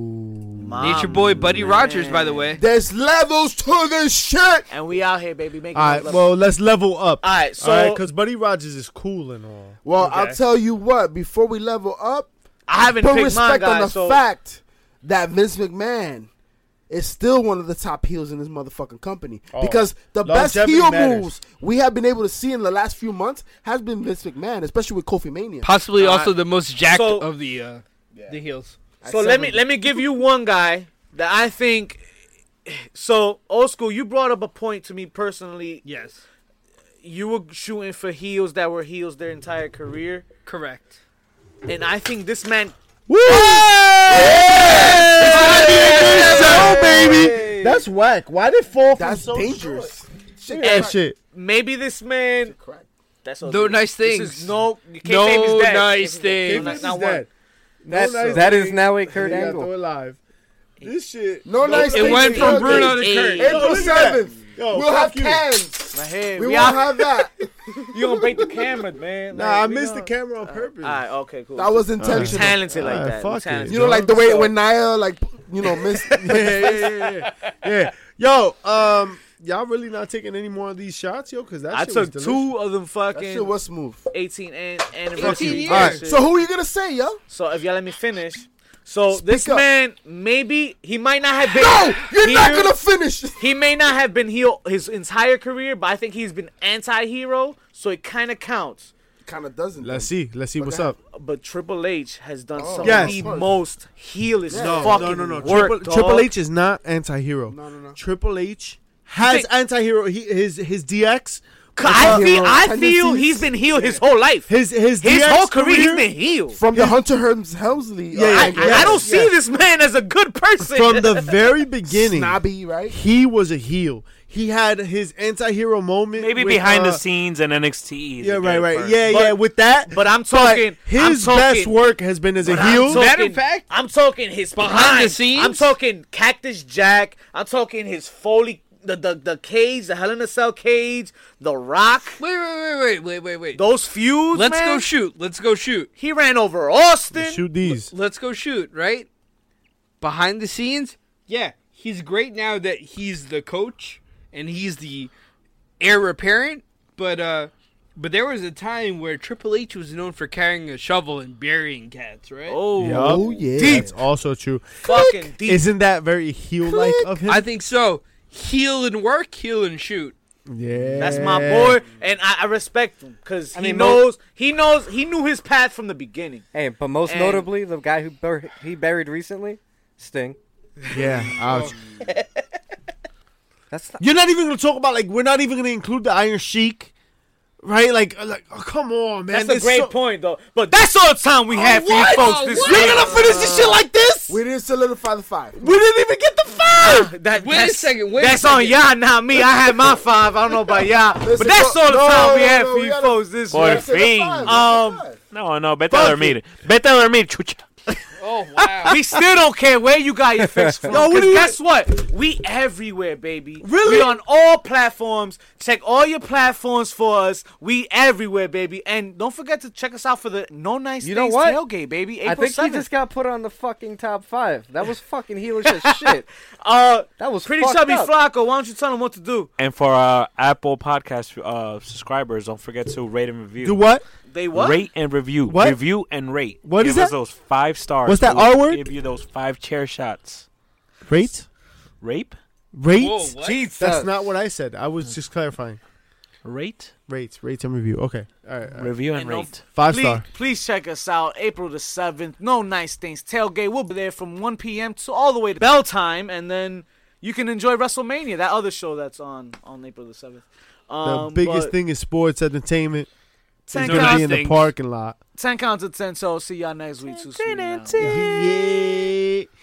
S1: Oh,
S7: Nature boy Buddy Rogers, by the way.
S6: There's levels to this shit.
S1: And we out here, baby. Making
S8: All right,
S1: love.
S8: well, let's level up.
S1: All right, so
S8: because Buddy Rogers is cool and all.
S6: Well, I'll
S7: Okay.
S6: tell you what. Before we level up,
S1: I haven't
S6: put
S1: picked mine,
S6: respect
S1: guys.
S6: on the
S1: so
S6: fact that Vince McMahon is still one of the top heels in this motherfucking company because the best
S8: longevity
S6: heel
S8: matters.
S6: moves we have been able to see in the last few months has been Vince McMahon, especially with Kofi Mania.
S7: Possibly also the most jacked
S1: so-
S7: of the uh, the heels.
S1: so let me let me give you one guy that I think. So old school, you brought up a point to me personally.
S7: Yes,
S1: You were shooting for heels that were heels their entire career,
S7: correct.
S1: and I think this man
S8: Oh baby, that's whack. Why did fall from
S6: That's
S8: so
S6: dangerous.
S8: short? Yeah, shit?
S1: Maybe this man. That's all
S7: No
S1: good.
S7: nice
S1: This
S7: things.
S1: is- no, you can't
S7: No
S1: name his dad.
S7: nice
S1: If it's-
S7: things.
S1: not-
S8: This
S1: not
S8: is
S1: one.
S8: dead.
S4: That's,
S8: nice
S4: that
S8: thing.
S4: is now a Kurt
S8: You gotta
S4: Angle.
S8: throw it live. This shit.
S6: No nice
S7: It
S6: things
S7: went
S6: to
S7: from
S6: Kurt
S7: Bruno
S6: Angle.
S7: to Kurt.
S1: Hey,
S6: April
S8: look at that.
S6: seventh.
S8: Yo,
S6: We'll
S8: Oh, fuck
S6: have
S8: you.
S6: cans.
S1: My head.
S6: We
S1: We
S6: won't
S1: out-
S6: have that.
S1: You gonna break the camera, man?
S8: Nah,
S1: Like,
S8: I
S1: we
S8: missed the
S1: gonna-
S8: camera on purpose.
S1: All right, oh. okay, cool.
S6: That was
S1: We
S6: intentional.
S1: talented like
S8: Ah,
S1: that. We
S8: fuck it.
S1: talented.
S6: You know, like the way when Nia, like you know, miss.
S8: yeah, yeah, yeah, yeah, yeah. Yo, um, y'all really not taking any more of these shots, yo? Because that
S1: I
S8: shit
S1: took
S8: was delicious.
S1: two of them
S6: that
S1: fucking
S6: shit was smooth.
S1: 18 an- anniversary.
S7: 18 years.
S1: All right,
S6: So who are you gonna say, yo?
S1: so if y'all let me finish. So this
S6: up.
S1: man, maybe he might not have been.
S6: No, Oh, you're not
S1: heel-
S6: gonna finish.
S1: He may not have been heel his entire career, but I think he's been anti-hero, so it kind of counts.
S6: kind of doesn't.
S8: Let's see. Let's see what's up.
S1: But Triple H has done some
S8: Oh. Yes.
S1: of the most heelish
S8: Oh,
S6: No,
S1: fucking work.
S8: Triple,
S1: dog.
S8: Triple H is not anti-hero.
S6: No, no, no.
S8: Triple H has
S1: Think-
S8: anti-hero. He, his his DX.
S1: I feel, I feel
S6: Hero tendencies.
S1: he's been healed his whole life. His,
S8: His his DX
S1: whole career, he's been healed.
S6: From the Hunter uh, Helms- Helmsley.
S8: Yeah, yeah,
S1: I,
S8: yeah.
S1: I- I don't see
S8: yes.
S1: this man as a good person.
S8: from the very beginning.
S6: Snobby, right?
S8: He was a heel. He had his anti-hero moment.
S5: Maybe
S8: with,
S5: behind
S8: uh,
S5: the scenes and NXT.
S8: Yeah, right, right.
S5: First.
S8: Yeah,
S1: But-
S8: yeah. With that,
S1: but I'm talking.
S8: his
S1: I'm talking,
S8: best work has been as a
S1: but I'm
S8: heel.
S1: talking-
S7: Matter of fact-
S1: I'm talking his behind,
S7: the scenes?
S1: I'm talking Cactus Jack. I'm talking his Foley, the the, the cage, the Hell in a Cell cage, the Rock.
S7: Wait, wait, wait, wait, wait, wait, wait.
S1: Those feuds.
S7: Let's
S1: man,
S7: go shoot. Let's go shoot.
S1: He ran over Austin.
S8: Shoot these.
S7: Let's go shoot. Right behind the scenes. Yeah, he's great now that he's the coach and he's the heir apparent. But uh, but there was a time where Triple H was known for carrying a shovel and burying cats. Right.
S1: Oh,
S6: Oh yeah.
S8: That's also true.
S1: fucking deep.
S8: Isn't that very heel-like of him?
S7: I think so. Heal and work, heal and shoot.
S8: yeah,
S1: That's my boy, and I, I respect him because he
S4: mean, mo-
S1: knows he knows he knew his path from the beginning.
S4: Hey, but most
S1: And-
S4: notably, the guy who bur- he buried recently, Sting.
S8: Yeah, ouch.
S4: That's not,
S8: You're not even gonna talk about like we're not even gonna include the Iron Sheik, right? Like, like, oh, come on,
S1: That's
S8: man. There's
S1: a great
S8: so-
S1: point, though. But that's all the time we had for you folks this
S8: You're gonna finish this shit like this?
S6: We didn't solidify the five.
S8: We didn't even get the five.
S1: week. That,
S7: Wait a
S1: that's,
S7: second, wait a
S1: that's on
S7: second.
S1: y'all, not me. I had my five. I don't know about y'all, but
S6: Listen,
S1: that's
S6: bro-
S1: all the
S6: no,
S1: time we
S6: no,
S1: had
S6: no,
S1: for
S6: we
S1: you
S6: gotta-
S1: folks this
S5: Por
S1: week.
S6: Let's say the
S5: fin.
S1: Um,
S6: five, let's say the five.
S5: No, no. Vete a dormir. Vete a dormir, chucha.
S7: Oh wow!
S1: We still don't care where you got your fix from.
S8: Yo, what
S1: 'cause
S8: do you-
S1: guess what? We everywhere, baby.
S8: Really?
S1: We on all platforms. Check all your platforms for us. We everywhere, baby. And don't forget to check us out for the No Nice
S4: You know
S1: Things
S4: what?
S1: tailgate, baby. April
S4: I think
S1: 7th.
S4: he just got put on the fucking top five. That was fucking heelish as shit.
S1: uh,
S4: That was
S1: pretty
S4: fucked
S1: chubby
S4: up.
S1: Flacco. Why don't you tell him what to do?
S5: And for our Apple Podcast uh, subscribers, don't forget to rate and review.
S8: Do what?
S1: They what?
S5: Rate and review.
S8: What?
S5: Review and rate.
S8: What
S5: Give
S8: is
S5: us
S8: that?
S5: those five stars.
S8: What's that
S5: We'll
S8: R word?
S5: Give you those five chair shots.
S8: Rate,
S5: Rape?
S8: rate.
S7: Whoa, what?
S8: That's not what I said. I was just clarifying.
S5: Rate?
S8: Rate, rate and review. Okay, all right, all right.
S5: Review and,
S1: And
S5: rate.
S8: five
S1: please,
S8: star.
S1: Please check us out April the 7th. No Nice Things Tailgate. We'll be there from 1 p.m. to all the way to bell time. And then you can enjoy WrestleMania, that other show that's on on April the 7th.
S8: The
S1: Um,
S8: biggest
S1: but
S8: thing is sports entertainment.
S1: 10
S8: It's
S7: Nice
S8: gonna be
S1: counts,
S8: in the
S7: Things.
S8: parking lot.
S1: 10 counts of 10. So see y'all next week. Too, sweet, now.
S8: Yeah.